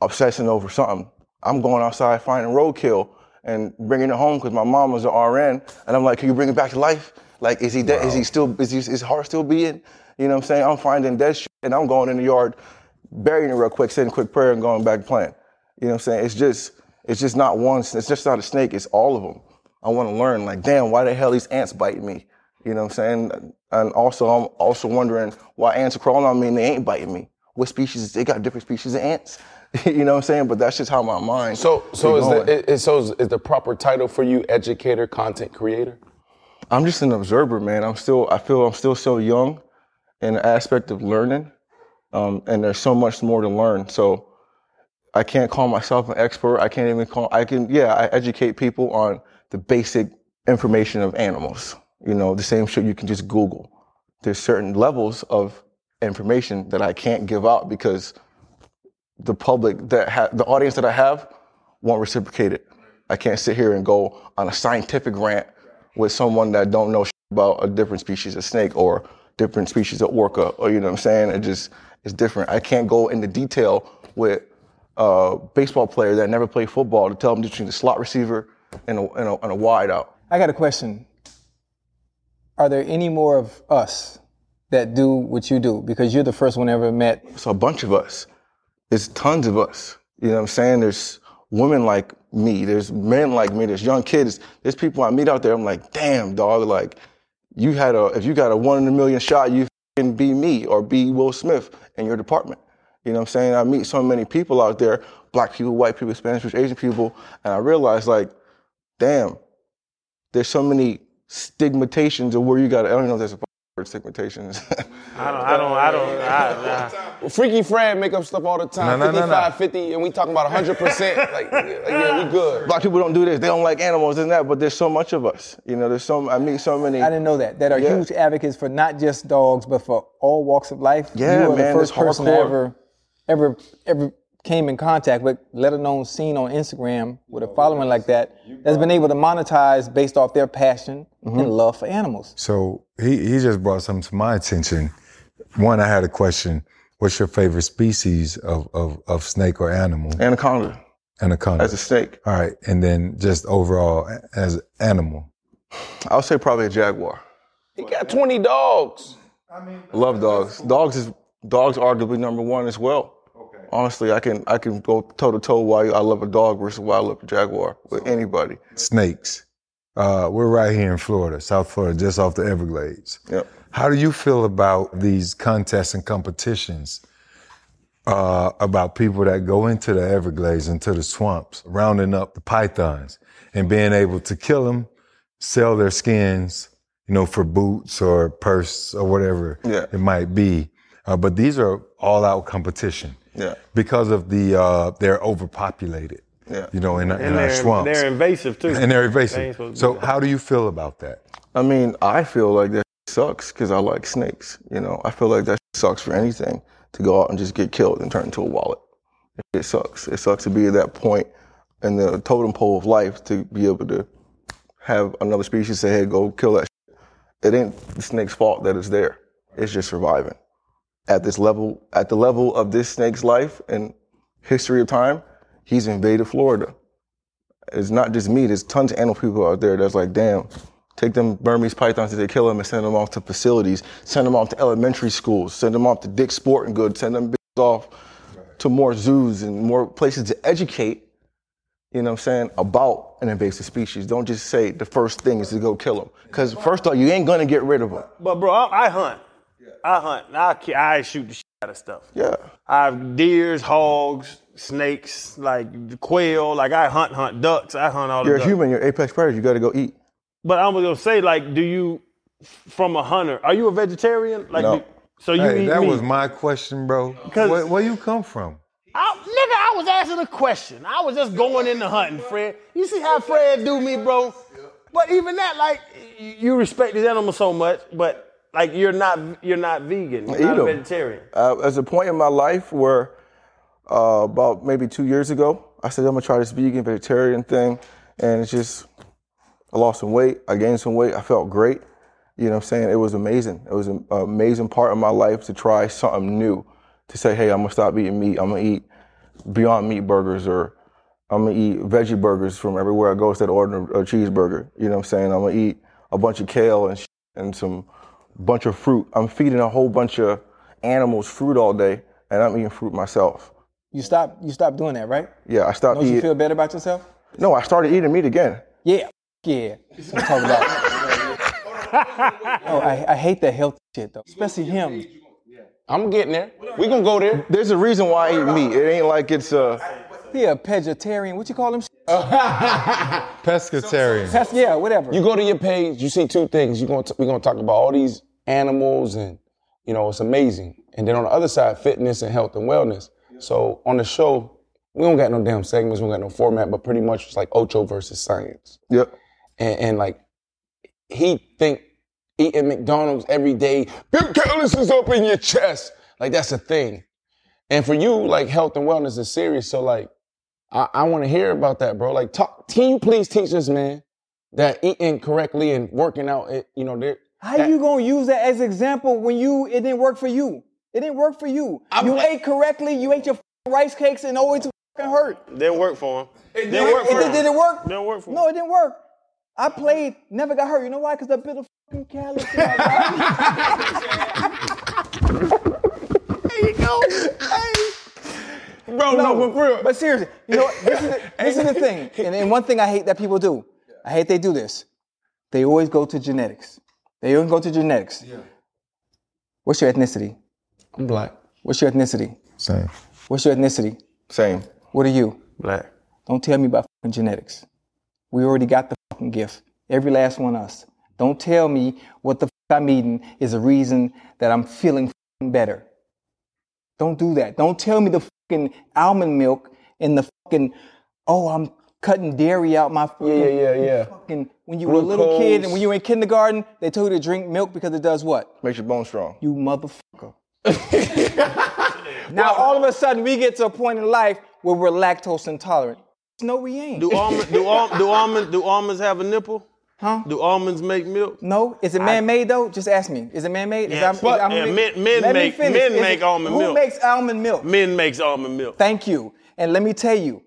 Speaker 5: obsessing over something. I'm going outside finding roadkill and bringing it home because my mom was an RN, and I'm like, can you bring it back to life? Like, is he dead? Is he still? Is his, his heart still beating? You know what I'm saying? I'm finding dead shit, and I'm going in the yard, burying it real quick, saying a quick prayer, and going back playing. You know what I'm saying? It's just, it's just not one. It's just not a snake. It's all of them. I want to learn. Like, damn, why the hell these ants biting me? You know what I'm saying? And also, I'm also wondering why ants are crawling on me and they ain't biting me. What species? They got different species of ants. you know what I'm saying? But that's just how my mind.
Speaker 7: So, so
Speaker 5: be
Speaker 7: is
Speaker 5: going.
Speaker 7: the it, it- so is, is the proper title for you educator, content creator?
Speaker 5: I'm just an observer, man. I'm still. I feel I'm still so young, in the aspect of learning, um, and there's so much more to learn. So, I can't call myself an expert. I can't even call. I can. Yeah, I educate people on the basic information of animals. You know, the same shit you can just Google. There's certain levels of information that I can't give out because the public that ha- the audience that I have won't reciprocate it. I can't sit here and go on a scientific rant with someone that don't know shit about a different species of snake or different species of orca or you know what I'm saying. It just it's different. I can't go into detail with a baseball player that never played football to tell them between the slot receiver and a, and a, and a wide out.
Speaker 4: I got a question. Are there any more of us that do what you do? Because you're the first one I ever met.
Speaker 5: It's a bunch of us. It's tons of us. You know what I'm saying? There's women like me. There's men like me. There's young kids. There's people I meet out there. I'm like, damn, dog. Like, you had a if you got a one in a million shot, you can be me or be Will Smith in your department. You know what I'm saying? I meet so many people out there, black people, white people, Spanish people, Asian people, and I realize like, damn, there's so many stigmatizations of where you got. I don't know if there's a word stigmatizations.
Speaker 1: I don't. I don't. I don't. I, I,
Speaker 7: Freaky Fran make up stuff all the time.
Speaker 2: No, no, no, no.
Speaker 7: 55, 50, and we talking about 100%. like, yeah, like, yeah, we good.
Speaker 5: black people don't do this. They don't like animals and that. But there's so much of us. You know, there's so I meet so many.
Speaker 4: I didn't know that. That are
Speaker 5: Yeah.
Speaker 4: huge advocates for not just dogs, but for all walks of life.
Speaker 5: Yeah,
Speaker 4: you are
Speaker 5: man,
Speaker 4: the first
Speaker 5: it's
Speaker 4: person I
Speaker 5: hardcore.
Speaker 4: ever, ever, ever came in contact with, let alone seen on Instagram with a
Speaker 5: Oh,
Speaker 4: following like that, that's been able to monetize based off their passion
Speaker 5: Mm-hmm.
Speaker 4: and love for animals.
Speaker 2: So he, he just brought something to my attention. One, I had a question. What's your favorite species of, of, of snake or animal?
Speaker 5: Anaconda
Speaker 2: Anaconda.
Speaker 5: as a snake.
Speaker 2: All right. And then just overall a- as animal.
Speaker 5: I'll say probably a jaguar.
Speaker 7: He got 20 dogs.
Speaker 5: Love dogs. Dogs is dogs arguably number one as well. Honestly, I can I can go toe to toe why I love a dog versus why I love a jaguar with anybody.
Speaker 2: Snakes. Uh, we're right here in Florida, South Florida, just off the Everglades.
Speaker 5: Yep.
Speaker 2: How do you feel about these contests and competitions uh, about people that go into the Everglades, into the swamps, rounding up the pythons and being able to kill them, sell their skins, you know, for boots or purse or whatever
Speaker 5: Yeah.
Speaker 2: it might be? Uh, but these are all out competition
Speaker 5: Yeah.
Speaker 2: because of the uh, they're overpopulated,
Speaker 5: Yeah.
Speaker 2: you know, in, in our
Speaker 1: they're,
Speaker 2: swamps
Speaker 1: they're invasive too.
Speaker 2: and they're
Speaker 1: They ain't
Speaker 2: invasive.
Speaker 1: supposed to
Speaker 2: so
Speaker 1: be-
Speaker 2: how do you feel about that?
Speaker 5: I mean, I feel like that sucks because I like snakes. You know, I feel like that sucks for anything to go out and just get killed and turn into a wallet. It sucks. It sucks to be at that point in the totem pole of life to be able to have another species say, "Hey, go kill that." Shit. It ain't the snake's fault that it's there. It's just surviving. At this level, at the level of this snake's life and history of time, he's invaded Florida. It's not just me. There's tons of animal people out there that's like, damn, take them Burmese pythons they kill them and send them off to facilities, send them off to elementary schools, send them off to Dick's Sporting Goods, send them bitches off to more zoos and more places to educate you know what I'm saying, about an invasive species. Don't just say the first thing is to go kill them. Because first off, you ain't gonna get rid of them.
Speaker 1: But bro, I, I hunt. I hunt. And I ki- I shoot the shit out of stuff.
Speaker 5: Yeah.
Speaker 1: I have deers, hogs, snakes, like quail. Like I hunt, hunt ducks. I hunt all the
Speaker 5: You're a
Speaker 1: ducks.
Speaker 5: human, you're apex predator, you gotta go eat.
Speaker 1: But I was gonna say, like, do you from a hunter? Are you a vegetarian? Like,
Speaker 5: No.
Speaker 1: do- so you
Speaker 2: Hey,
Speaker 1: eat
Speaker 2: that
Speaker 1: meat?
Speaker 2: was my question, bro.
Speaker 1: 'Cause-
Speaker 2: Where, where you come from?
Speaker 1: I, nigga, I was asking a question. I was just going into hunting, Fred. You see how Fred do me, bro? But even that, like, y- you respect these animals so much, but like, you're not, you're not vegan. You're
Speaker 5: eat
Speaker 1: not a
Speaker 5: 'em.
Speaker 1: vegetarian.
Speaker 5: Uh, there's a point in my life where, uh, about maybe two years ago, I said, I'm gonna try this vegan vegetarian thing. And it's just, I lost some weight, I gained some weight, I felt great. You know what I'm saying? It was amazing. It was an amazing part of my life to try something new, to say, hey, I'm gonna stop eating meat, I'm gonna eat Beyond Meat burgers or I'm gonna eat veggie burgers from everywhere I go instead of ordering a cheeseburger. You know what I'm saying? I'm gonna eat a bunch of kale and sh- and some bunch of fruit. I'm feeding a whole bunch of animals fruit all day, and I'm eating fruit myself.
Speaker 4: You stop. You stop doing that, right?
Speaker 5: Yeah, I stopped
Speaker 4: Don't you
Speaker 5: eating.
Speaker 4: feel better about yourself?
Speaker 5: no, I started eating meat again.
Speaker 4: Yeah. Yeah. That's what I'm talking about. oh, I, I hate that health shit though, especially him.
Speaker 7: I'm getting there. We gonna go there.
Speaker 5: There's a reason why I eat meat. It ain't like it's uh
Speaker 4: He a vegetarian. What you call him? Shit?
Speaker 2: Pescatarian.
Speaker 4: That's yeah, whatever.
Speaker 7: You go to your page. You see two things. You gonna t- we gonna talk about all these animals and you know it's amazing. And then on the other side, fitness and health and wellness. So on the show, we don't got no damn segments. We don't got no format, but pretty much it's like Ocho versus science.
Speaker 5: yep.
Speaker 7: and, and like he think eating McDonald's every day, Bill Callis is up in your chest. Like that's a thing. And for you, like health and wellness is serious. So like I, I want to hear about that, bro. Like talk can you please teach us, man, that eating correctly and working out it, you know, there
Speaker 4: How you gonna use that as example when you it didn't work for you? It didn't work for you. you ate correctly. You ate your f***ing rice cakes and always fucking hurt.
Speaker 1: Didn't work for him. It didn't work
Speaker 4: It
Speaker 1: for
Speaker 4: did, did
Speaker 1: him.
Speaker 4: it work?
Speaker 1: Didn't work for
Speaker 4: No, it didn't work. I played, never got hurt. You know why? Because I built a fucking callus. in my body.
Speaker 7: Bro, no, but for real.
Speaker 4: But seriously, you know what? This is the, this is the thing. And, and one thing I hate that people do, I hate they do this. They always go to genetics. They always go to genetics. What's your ethnicity?
Speaker 7: I'm black.
Speaker 4: What's your ethnicity?
Speaker 2: Same.
Speaker 4: What's your ethnicity?
Speaker 5: Same.
Speaker 4: What are you?
Speaker 1: Black.
Speaker 4: Don't tell me about fucking genetics. We already got the fucking gift. Every last one of us. Don't tell me what the fuck I'm eating is a reason that I'm feeling fucking better. Don't do that. Don't tell me the fucking almond milk and the fucking oh I'm cutting dairy out my fucking
Speaker 7: Yeah, yeah, yeah.
Speaker 4: fucking when you were a little kid and when you were in kindergarten they told you to drink milk because it does what?
Speaker 5: Makes your bones strong.
Speaker 4: You motherfucker. now all of a sudden we get to a point in life where we're lactose intolerant. No, we ain't.
Speaker 1: Do almond, do, al- do almonds do almonds have a nipple? Huh? Do almonds make milk?
Speaker 4: No, is it man-made though? Just ask me. Is it man-made? Is
Speaker 1: Yeah,
Speaker 4: I'm- is
Speaker 1: but-
Speaker 4: I'm
Speaker 1: yeah,
Speaker 4: making-
Speaker 1: men- men
Speaker 4: Let me
Speaker 1: make-
Speaker 4: finish.
Speaker 1: men
Speaker 4: Is it-
Speaker 1: make almond milk.
Speaker 4: Who makes almond milk?
Speaker 1: Men makes almond milk.
Speaker 4: Thank you. And let me tell you,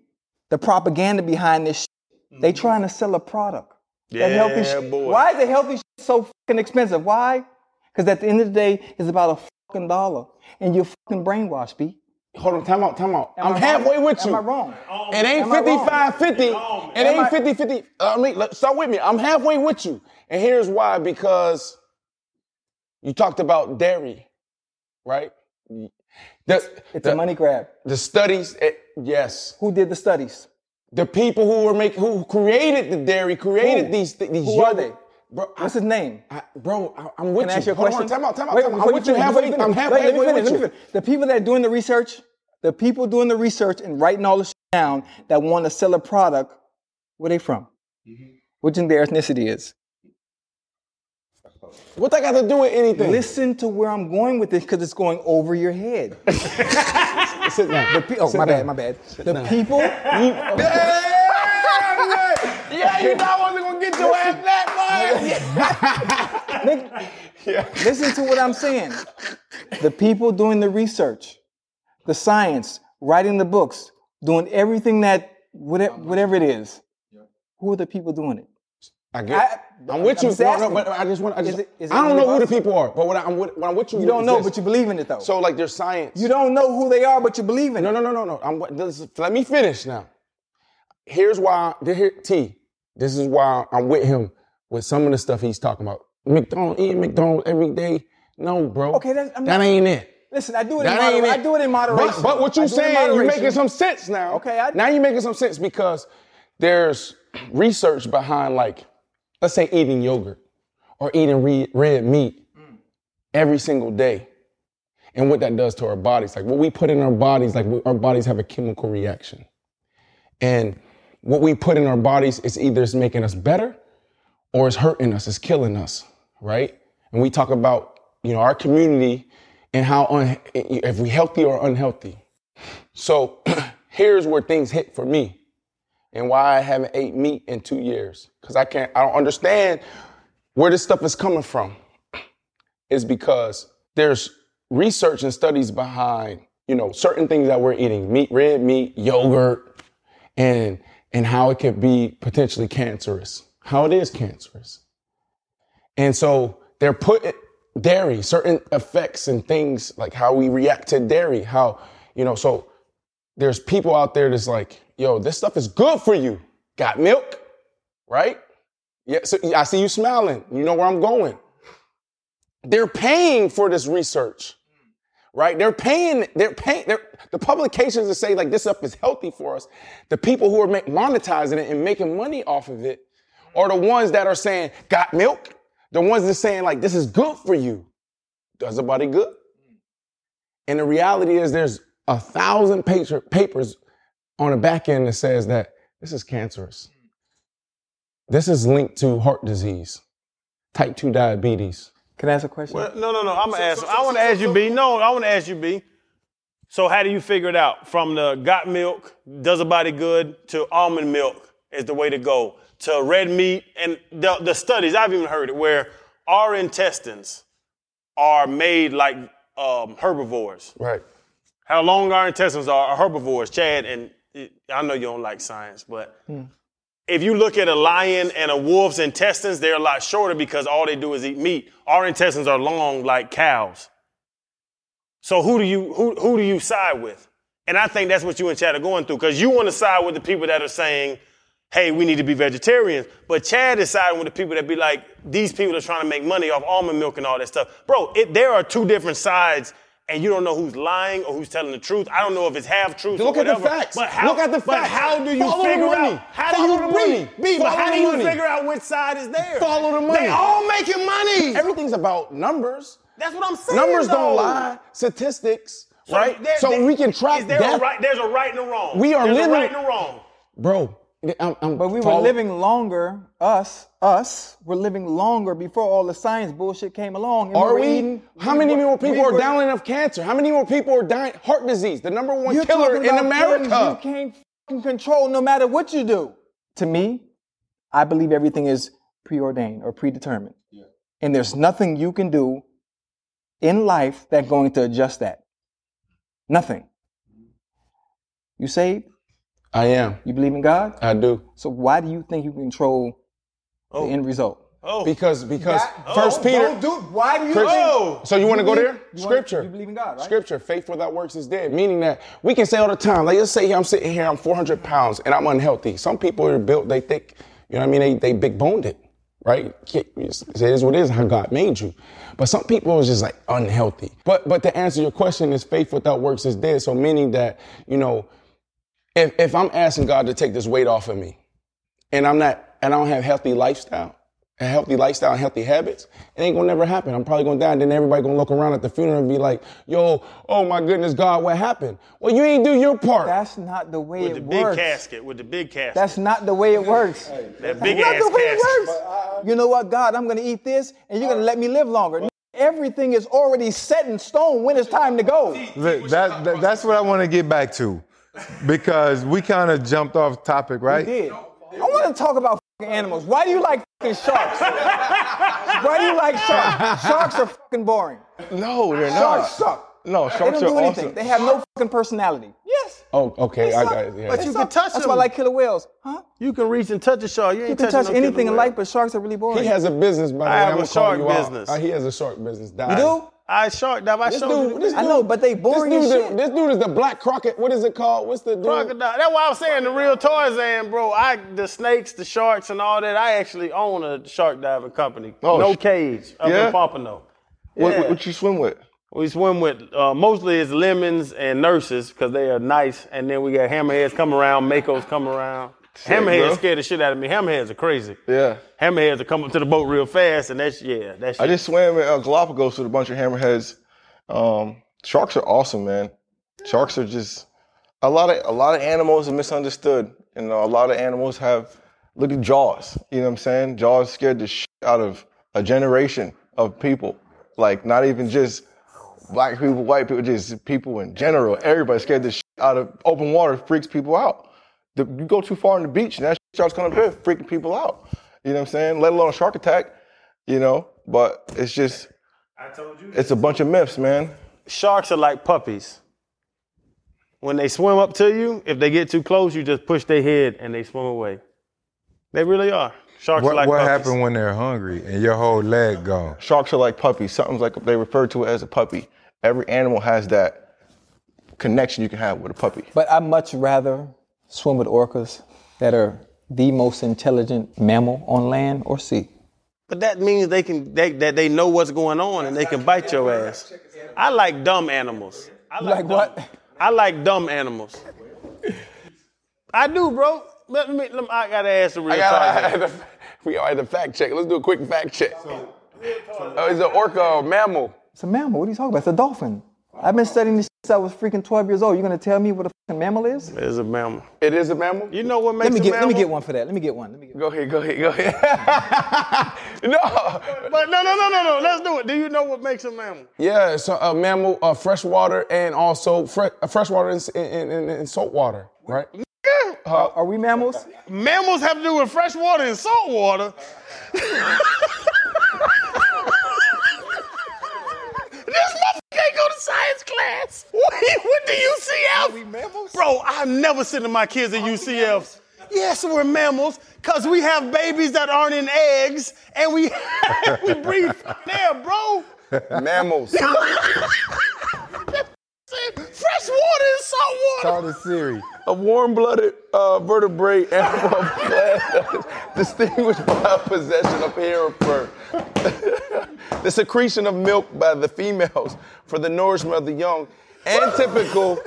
Speaker 4: the propaganda behind this, shit, they trying to sell a product. That
Speaker 1: Mm-hmm. Yeah,
Speaker 4: healthy shit.
Speaker 1: boy.
Speaker 4: Why is the healthy shit so fucking expensive? Why? Because at the end of the day, it's about a fucking dollar, and you're fucking brainwashed, b.
Speaker 7: Hold on, time out, time out.
Speaker 4: Am I
Speaker 7: I'm
Speaker 4: wrong?
Speaker 7: halfway with you.
Speaker 4: Am I wrong?
Speaker 7: It ain't
Speaker 4: Am I wrong?
Speaker 7: 55 50. It
Speaker 4: Am I-
Speaker 7: ain't 50 50. I mean, look, start with me. I'm halfway with you. And here's why because you talked about dairy, right? The,
Speaker 4: It's
Speaker 7: the,
Speaker 4: a money grab.
Speaker 7: the studies, eh, yes.
Speaker 4: Who did the studies?
Speaker 7: The people who were making, who created the dairy, created
Speaker 4: Who?
Speaker 7: these th- these.
Speaker 4: Who are
Speaker 7: yogurt-
Speaker 4: they?
Speaker 7: Bro, I-
Speaker 4: What's his name?
Speaker 7: I, bro, I, am with
Speaker 4: Can
Speaker 7: you.
Speaker 4: I ask you a
Speaker 7: Hold on,
Speaker 4: question?
Speaker 7: time out, time out,
Speaker 4: Wait,
Speaker 7: time out.
Speaker 4: before
Speaker 7: I'm with you
Speaker 4: finish,
Speaker 7: halfway.
Speaker 4: before
Speaker 7: I'm
Speaker 4: finish.
Speaker 7: halfway
Speaker 4: Wait, let me finish,
Speaker 7: with
Speaker 4: let me
Speaker 7: you.
Speaker 4: finish. The people that are doing the research, the people doing the research and writing all this shit down that want to sell a product, where they from? What do you think their ethnicity is?
Speaker 7: What that got to do with anything?
Speaker 4: Listen to where I'm going with this because it's going over your head.
Speaker 7: Sit down.
Speaker 4: The pe- oh, my bad, my bad. The people.
Speaker 7: yeah, you thought I wasn't gonna get your ass that
Speaker 4: Nick, Listen to what I'm saying. The people doing the research, the science, writing the books, doing everything that whatever, whatever it is. Who are the people doing it?
Speaker 7: I get. I, am with
Speaker 4: I'm
Speaker 7: you.
Speaker 4: just
Speaker 7: No, no,
Speaker 4: asking.
Speaker 7: but I just want. I, just,
Speaker 4: Is it- is it
Speaker 7: I don't
Speaker 4: really
Speaker 7: know who the
Speaker 4: possible?
Speaker 7: people are, but what, I, am with, what I'm with you.
Speaker 4: You
Speaker 7: with
Speaker 4: don't
Speaker 7: is
Speaker 4: know,
Speaker 7: this.
Speaker 4: but you believe in it though.
Speaker 7: So like, there's science.
Speaker 4: you don't know who they are, but you believe in
Speaker 7: No,
Speaker 4: it.
Speaker 7: no, no, no, no. I'm, this is- let me finish now. Here's why. Here, T. This is why I'm with him with some of the stuff he's talking about. McDonald eating McDonald every day. No, bro.
Speaker 4: Okay, that's- I'm
Speaker 7: that
Speaker 4: not-
Speaker 7: ain't it.
Speaker 4: Listen, I do it. In
Speaker 7: That
Speaker 4: moder-
Speaker 7: ain't it.
Speaker 4: I do it in moderation.
Speaker 7: But, but what
Speaker 4: I
Speaker 7: you
Speaker 4: do it in
Speaker 7: saying, you're
Speaker 4: moderation.
Speaker 7: making some sense now.
Speaker 4: Okay, I-
Speaker 7: now you're making some sense because there's research behind like, let's say eating yogurt or eating re- red meat every single day, and what that does to our bodies. Like what we put in our bodies, like we- our bodies have a chemical reaction, and what we put in our bodies is either it's making us better or it's hurting us, it's killing us, right? And we talk about you know our community and how un- if we healthy or unhealthy. So here's where things hit for me, and why I haven't ate meat in two years because I can't. I don't understand where this stuff is coming from. Is because there's research and studies behind you know certain things that we're eating, meat, red meat, yogurt, and and how it could be potentially cancerous, how it is cancerous. And so they're put dairy, certain effects and things like how we react to dairy, how, you know, so there's people out there that's like, yo, this stuff is good for you. Got milk, right? Yeah, so I see you smiling. You know where I'm going. They're paying for this research, right? They're paying, they're paying, they're, the publications that say like this stuff is healthy for us, the people who are ma- monetizing it and making money off of it are the ones that are saying, got milk? The ones that saying like, this is good for you. Does the body good? And the reality is there's a thousand paper, papers on the back end that says that this is cancerous. This is linked to heart disease, type 2 diabetes.
Speaker 4: Can I ask a question?
Speaker 1: No, no, no. I'm gonna ask. I want to ask you, B. No, I want to ask you, B. So how do you figure it out? From the got milk, does a body good, to almond milk is the way to go. To red meat and the, the studies I've even heard it where our intestines are made like um, herbivores.
Speaker 7: Right.
Speaker 1: How long our intestines are, are herbivores, Chad. And it- I know you don't like science, but if you look at a lion and a wolf's intestines, they're a lot shorter because all they do is eat meat. Our intestines are long like cows. So who do you who who do you side with? And I think that's what you and Chad are going through because you want to side with the people that are saying, "Hey, we need to be vegetarians," but Chad is siding with the people that be like, "These people are trying to make money off almond milk and all that stuff." Bro, it, there are two different sides. And you don't know who's lying or who's telling the truth. I don't know if it's half truth.
Speaker 7: Look
Speaker 1: or
Speaker 7: at the
Speaker 1: whatever,
Speaker 7: facts.
Speaker 1: But how,
Speaker 7: Look at the
Speaker 1: but
Speaker 7: facts.
Speaker 1: how do you
Speaker 7: Follow the
Speaker 1: figure
Speaker 7: money.
Speaker 1: out? How do
Speaker 7: Follow
Speaker 1: you
Speaker 7: the money.
Speaker 1: B, but
Speaker 7: Follow
Speaker 1: how
Speaker 7: the
Speaker 1: do you
Speaker 7: money.
Speaker 1: figure out which side is there?
Speaker 7: Follow the money.
Speaker 1: They all making money.
Speaker 7: Everything's about numbers.
Speaker 1: That's what I'm saying.
Speaker 7: Numbers
Speaker 1: though.
Speaker 7: don't lie. Statistics,
Speaker 1: So
Speaker 7: right?
Speaker 1: there-
Speaker 7: so
Speaker 1: there-
Speaker 7: we can track
Speaker 1: Is there
Speaker 7: death.
Speaker 1: a right? There's a right and a wrong.
Speaker 7: We are
Speaker 1: there's
Speaker 7: living-
Speaker 1: a right and a wrong.
Speaker 7: Bro, I'm, I'm
Speaker 4: But we were
Speaker 7: follow-
Speaker 4: living longer. Us, us, were living longer before all the science bullshit came along. and
Speaker 7: Are
Speaker 4: were
Speaker 7: we?
Speaker 4: eating-
Speaker 7: how
Speaker 4: we
Speaker 7: many
Speaker 4: were-
Speaker 7: more people
Speaker 4: we
Speaker 7: are
Speaker 4: were-
Speaker 7: dying of cancer? How many more people are dying heart disease? The number one
Speaker 4: You're
Speaker 7: killer
Speaker 4: talking
Speaker 7: in
Speaker 4: about things
Speaker 7: America.
Speaker 4: You can't fucking control no matter what you do. To me, I believe everything is preordained or predetermined, and there's nothing you can do in life that's going to adjust that. Nothing. You saved?
Speaker 7: I am.
Speaker 4: You believe in God?
Speaker 7: I do.
Speaker 4: So why do you think you can control the end result?
Speaker 7: Because because Oh. First
Speaker 4: oh, Don't-
Speaker 7: Peter.
Speaker 4: don't do- why do you?
Speaker 7: Chris-
Speaker 4: think-
Speaker 7: So you want to go
Speaker 4: believe-
Speaker 7: there?
Speaker 4: you wanna-
Speaker 7: Scripture.
Speaker 4: you believe in God, right?
Speaker 7: Scripture. Faith without works is dead. Meaning that we can say all the time, like let's say I'm sitting here, I'm 400 pounds and I'm unhealthy. Some people are built, they think, you know what I mean? They they big boned it, right? Can't- It is what it is, how God made you. But some people is just like unhealthy. But but to answer your question is faith without works is dead. So meaning that, you know, if if I'm asking God to take this weight off of me, and I'm not, and I don't have healthy lifestyle, a healthy lifestyle, and healthy habits, it ain't gonna never happen. I'm probably gonna die, and then everybody gonna look around at the funeral and be like, "Yo, oh my goodness, God, what happened?" Well, you ain't do your part.
Speaker 4: That's not the way
Speaker 1: With
Speaker 4: it
Speaker 1: the big
Speaker 4: works.
Speaker 1: casket. With the big casket.
Speaker 4: That's not the way it works.
Speaker 1: that big
Speaker 4: That's
Speaker 1: ass uh,
Speaker 4: not the way
Speaker 1: casket.
Speaker 4: it works. You know what, God, I'm gonna eat this, and you're gonna let me live longer. Everything is already set in stone when it's time to go.
Speaker 2: Look, that, that- that's what I want to get back to because we kind of jumped off topic, right?
Speaker 4: did. let's talk about fucking animals. Why do you like fucking sharks? Why do you like sharks? Sharks are fucking boring.
Speaker 5: No, they're not.
Speaker 4: Sharks suck.
Speaker 5: No,
Speaker 4: They
Speaker 5: sharks
Speaker 4: don't do
Speaker 5: are
Speaker 4: anything.
Speaker 5: awesome.
Speaker 4: They have no fucking personality. Yes.
Speaker 7: Oh, okay, I
Speaker 4: suck.
Speaker 7: got it. yeah.
Speaker 1: But you can touch
Speaker 4: That's
Speaker 1: them.
Speaker 4: why I like killer whales, huh?
Speaker 1: You can reach and touch a shark. You ain't
Speaker 4: You can touch
Speaker 1: touching no killer
Speaker 4: anything in
Speaker 1: whale.
Speaker 4: life, but sharks are really boring.
Speaker 7: He has a business, by the
Speaker 1: I
Speaker 7: way.
Speaker 1: have
Speaker 7: I'm
Speaker 1: a
Speaker 7: gonna call
Speaker 1: shark
Speaker 7: you out.
Speaker 1: business.
Speaker 7: Uh, he has a shark business.
Speaker 4: you
Speaker 7: Dog.
Speaker 4: do?
Speaker 1: I shark dive. I
Speaker 7: This
Speaker 1: showed
Speaker 7: dude,
Speaker 1: you.
Speaker 7: this
Speaker 4: I know, but they boring
Speaker 7: this
Speaker 4: as
Speaker 7: dude,
Speaker 4: shit.
Speaker 7: The, this dude is the black crockett. What is it called? What's the dude?
Speaker 1: Crocodile. That's why I'm saying the real Tarzan, bro. I the snakes, the sharks, and all that. I actually own a shark diving company.
Speaker 5: Oh,
Speaker 1: no
Speaker 5: sh-
Speaker 1: cage up
Speaker 5: yeah?
Speaker 1: in Pompano.
Speaker 5: What,
Speaker 1: Yeah.
Speaker 5: what, what you swim with?
Speaker 1: We swim with uh, mostly it's lemons and nurses because they are nice, and then we got hammerheads come around, makos come around. hammerheads
Speaker 5: bro.
Speaker 1: scared the shit out of me. Hammerheads are crazy.
Speaker 5: Yeah.
Speaker 1: Hammerheads are coming to the boat real fast, and that's yeah, that's.
Speaker 5: I just swam at uh, Galapagos with a bunch of hammerheads. Um, sharks are awesome, man. Sharks are just a lot of a lot of animals are misunderstood. You know, a lot of animals have look at Jaws. You know what I'm saying? Jaws scared the shit out of a generation of people. Like not even just black people, white people, just people in general. Everybody scared the shit out of open water freaks people out. The, you go too far on the beach and that shit starts coming up here freaking people out. You know what I'm saying? Let alone a shark attack. You know, but it's just
Speaker 1: I told you.
Speaker 5: it's a bunch of myths, man.
Speaker 1: sharks are like puppies. When they swim up to you, if they get too close, you just push their head and they swim away. They really are. Sharks are
Speaker 2: What,
Speaker 1: like
Speaker 2: what
Speaker 1: puppies.
Speaker 2: happened when they're hungry and your whole leg gone?
Speaker 5: Sharks are like puppies. Something's like they refer to it as a puppy. Every animal has that connection you can have with a puppy.
Speaker 4: But I much rather swim with orcas that are the most intelligent mammal on land or sea.
Speaker 1: But that means they can they, that they know what's going on and they can bite your ass. I like dumb animals. I
Speaker 4: Like what?
Speaker 1: dumb- I like dumb animals. I do, bro. Let me, let me- I gotta ask the real
Speaker 7: I got, I
Speaker 1: Tarzan.
Speaker 7: had to, we all had to fact check. Let's do a quick fact check.
Speaker 6: Oh, it's an orca or a mammal.
Speaker 4: It's a mammal. What are you talking about? It's a dolphin. I've been studying this since I was freaking 12 years old. You're gonna tell me what a fucking mammal is?
Speaker 1: It's a mammal.
Speaker 6: It is a mammal.
Speaker 1: You know what makes
Speaker 4: Let me
Speaker 1: a
Speaker 4: get let me
Speaker 1: mammal?
Speaker 4: get one for that. Let me get one. Let me get one.
Speaker 6: Go ahead, go ahead, go ahead. no.
Speaker 1: But no, no, no, no, no. Let's do it. Do you know what makes a mammal?
Speaker 7: Yeah, so a mammal, uh, freshwater, and also fre- uh, freshwater and, s- and, and, and saltwater, right?
Speaker 4: Are we mammals?
Speaker 1: Mammals have to do with fresh water and salt water. this motherfucker can't go to science class. What, what do UCF? we mammals? Bro, I'm never sending my kids to UCF. Yes, we're mammals, cause we have babies that aren't in eggs, and we we breathe fucking air, bro.
Speaker 6: Mammals.
Speaker 1: Fresh water and salt water.
Speaker 2: Call the Siri.
Speaker 6: a warm-blooded uh, vertebrate animal of class distinguished by possession of hair or fur. the secretion of milk by the females for the nourishment of the young and typical,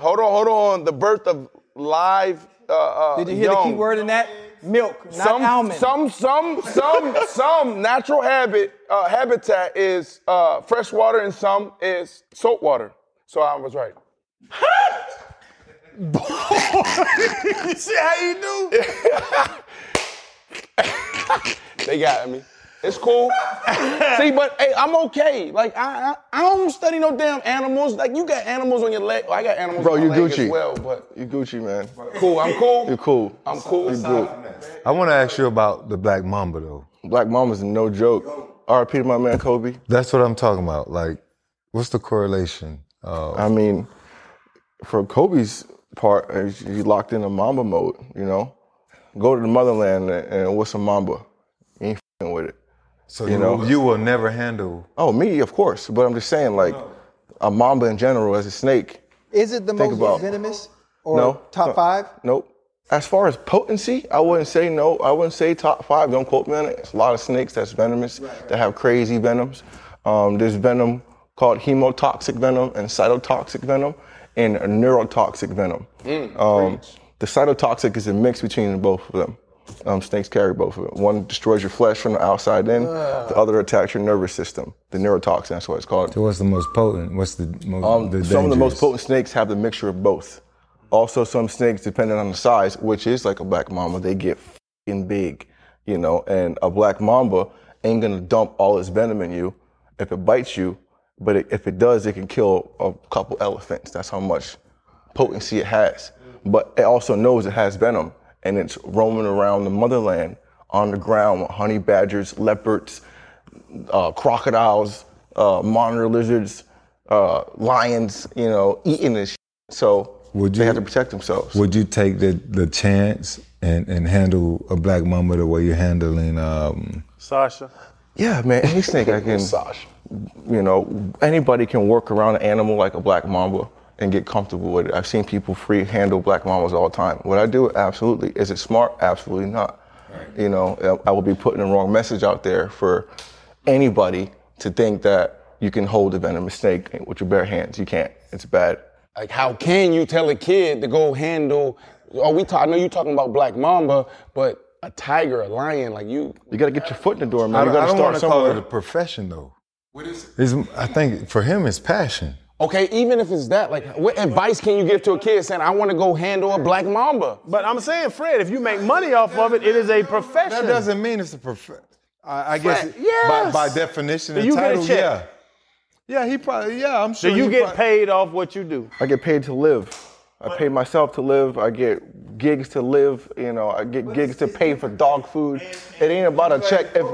Speaker 6: hold on, hold on, the birth of live uh, uh,
Speaker 4: Did you hear the
Speaker 6: young.
Speaker 4: key word in that? Milk, not
Speaker 6: Some,
Speaker 4: almond.
Speaker 6: some, some, some, some natural habit uh, habitat is uh, fresh water and some is salt water. So I was right.
Speaker 1: You see how you do?
Speaker 7: They got me. It's cool. See, but hey, I'm okay. Like I, I, I don't study no damn animals. Like you got animals on your leg. Well, I got animals
Speaker 5: Bro,
Speaker 7: on
Speaker 5: you
Speaker 7: my leg as
Speaker 5: Gucci.
Speaker 7: well. But
Speaker 5: You Gucci, man.
Speaker 7: cool, I'm cool.
Speaker 5: You're cool.
Speaker 7: I'm cool.
Speaker 5: You cool.
Speaker 2: I want to ask you about the Black Mamba though.
Speaker 5: Black Mama's no joke. R.P. to my man Kobe.
Speaker 2: That's what I'm talking about. Like, what's the correlation? Uh,
Speaker 5: I mean, for Kobe's part, uh, he locked in a Mamba mode. You know, go to the motherland and, and what's a Mamba? You ain't fing with it.
Speaker 2: so
Speaker 5: you
Speaker 2: you,
Speaker 5: know.
Speaker 2: you will never handle.
Speaker 5: Oh, me, of course. But I'm just saying, like a Mamba in general as a snake.
Speaker 4: is it the
Speaker 5: Think
Speaker 4: most
Speaker 5: about-
Speaker 4: venomous or
Speaker 5: No.
Speaker 4: top
Speaker 5: No.
Speaker 4: five?
Speaker 5: Nope. As far as potency, I wouldn't say no. I wouldn't say top five. Don't quote me on it. It's a lot of snakes that's venomous that have crazy venoms. Um, there's venom called hemotoxic venom and cytotoxic venom and a neurotoxic venom.
Speaker 4: Mm,
Speaker 5: um, the cytotoxic is a mix between the both of them. Um, snakes carry both of them. One destroys your flesh from the outside in. The other attacks your nervous system. The neurotoxin. That's what it's called.
Speaker 2: What's the most potent? What's the most?
Speaker 5: Um,
Speaker 2: the
Speaker 5: some of the most
Speaker 2: dangerous?
Speaker 5: potent snakes have the mixture of both. Also, some snakes, depending on the size, which is like a black mamba, they get fing big, you know. And a black mamba ain't gonna dump all its venom in you if it bites you, but it, if it does, it can kill a couple elephants. That's how much potency it has. But it also knows it has venom
Speaker 6: and it's roaming around the motherland on the ground with honey badgers, leopards, uh, crocodiles, uh, monitor lizards, uh, lions, you know, eating this. Shit. So
Speaker 2: Would
Speaker 6: they
Speaker 2: you-
Speaker 6: had to protect themselves.
Speaker 2: Would you take the, the chance and, and handle a black mama the way you're handling um,
Speaker 1: Sasha.
Speaker 6: yeah, man, any snake I can, you know, anybody can work around an animal like a black mamba and get comfortable with it. I've seen people free handle black mamas all the time. Would I do it? Absolutely. Is it smart? Absolutely not. You know, I I would be putting the wrong message out there for anybody to think that you can hold a venomous snake with your bare hands. You can't. It's bad.
Speaker 7: Like, how can you tell a kid to go handle? Are we? Ta- I know you're talking about Black Mamba, but a tiger, a lion, like you.
Speaker 6: You got to get your foot in the door, man.
Speaker 2: I
Speaker 6: You
Speaker 2: don't,
Speaker 6: got to
Speaker 2: want
Speaker 6: start
Speaker 2: to call
Speaker 6: somewhere.
Speaker 2: it a profession though.
Speaker 7: What is?
Speaker 2: It's, I think for him it's passion.
Speaker 7: Okay, even if it's that, like, what advice can you give to a kid saying, "I want to go handle a Black Mamba"?
Speaker 1: But I'm saying, Fred, if you make money off of it, it is a profession.
Speaker 2: That doesn't mean it's a profession. I, I guess
Speaker 1: Right,
Speaker 2: it- by,
Speaker 1: yes.
Speaker 2: by definition,
Speaker 1: Do
Speaker 2: the
Speaker 1: you get a
Speaker 2: title,
Speaker 1: check?
Speaker 2: yeah. Yeah, he probably, yeah, I'm
Speaker 1: So
Speaker 2: sure.
Speaker 1: you
Speaker 2: he
Speaker 1: get
Speaker 2: prob-
Speaker 1: paid off what you do.
Speaker 6: I get paid to live. I pay myself to live. I get gigs to live. You know, I get gigs to pay for dog food. It ain't about a check. If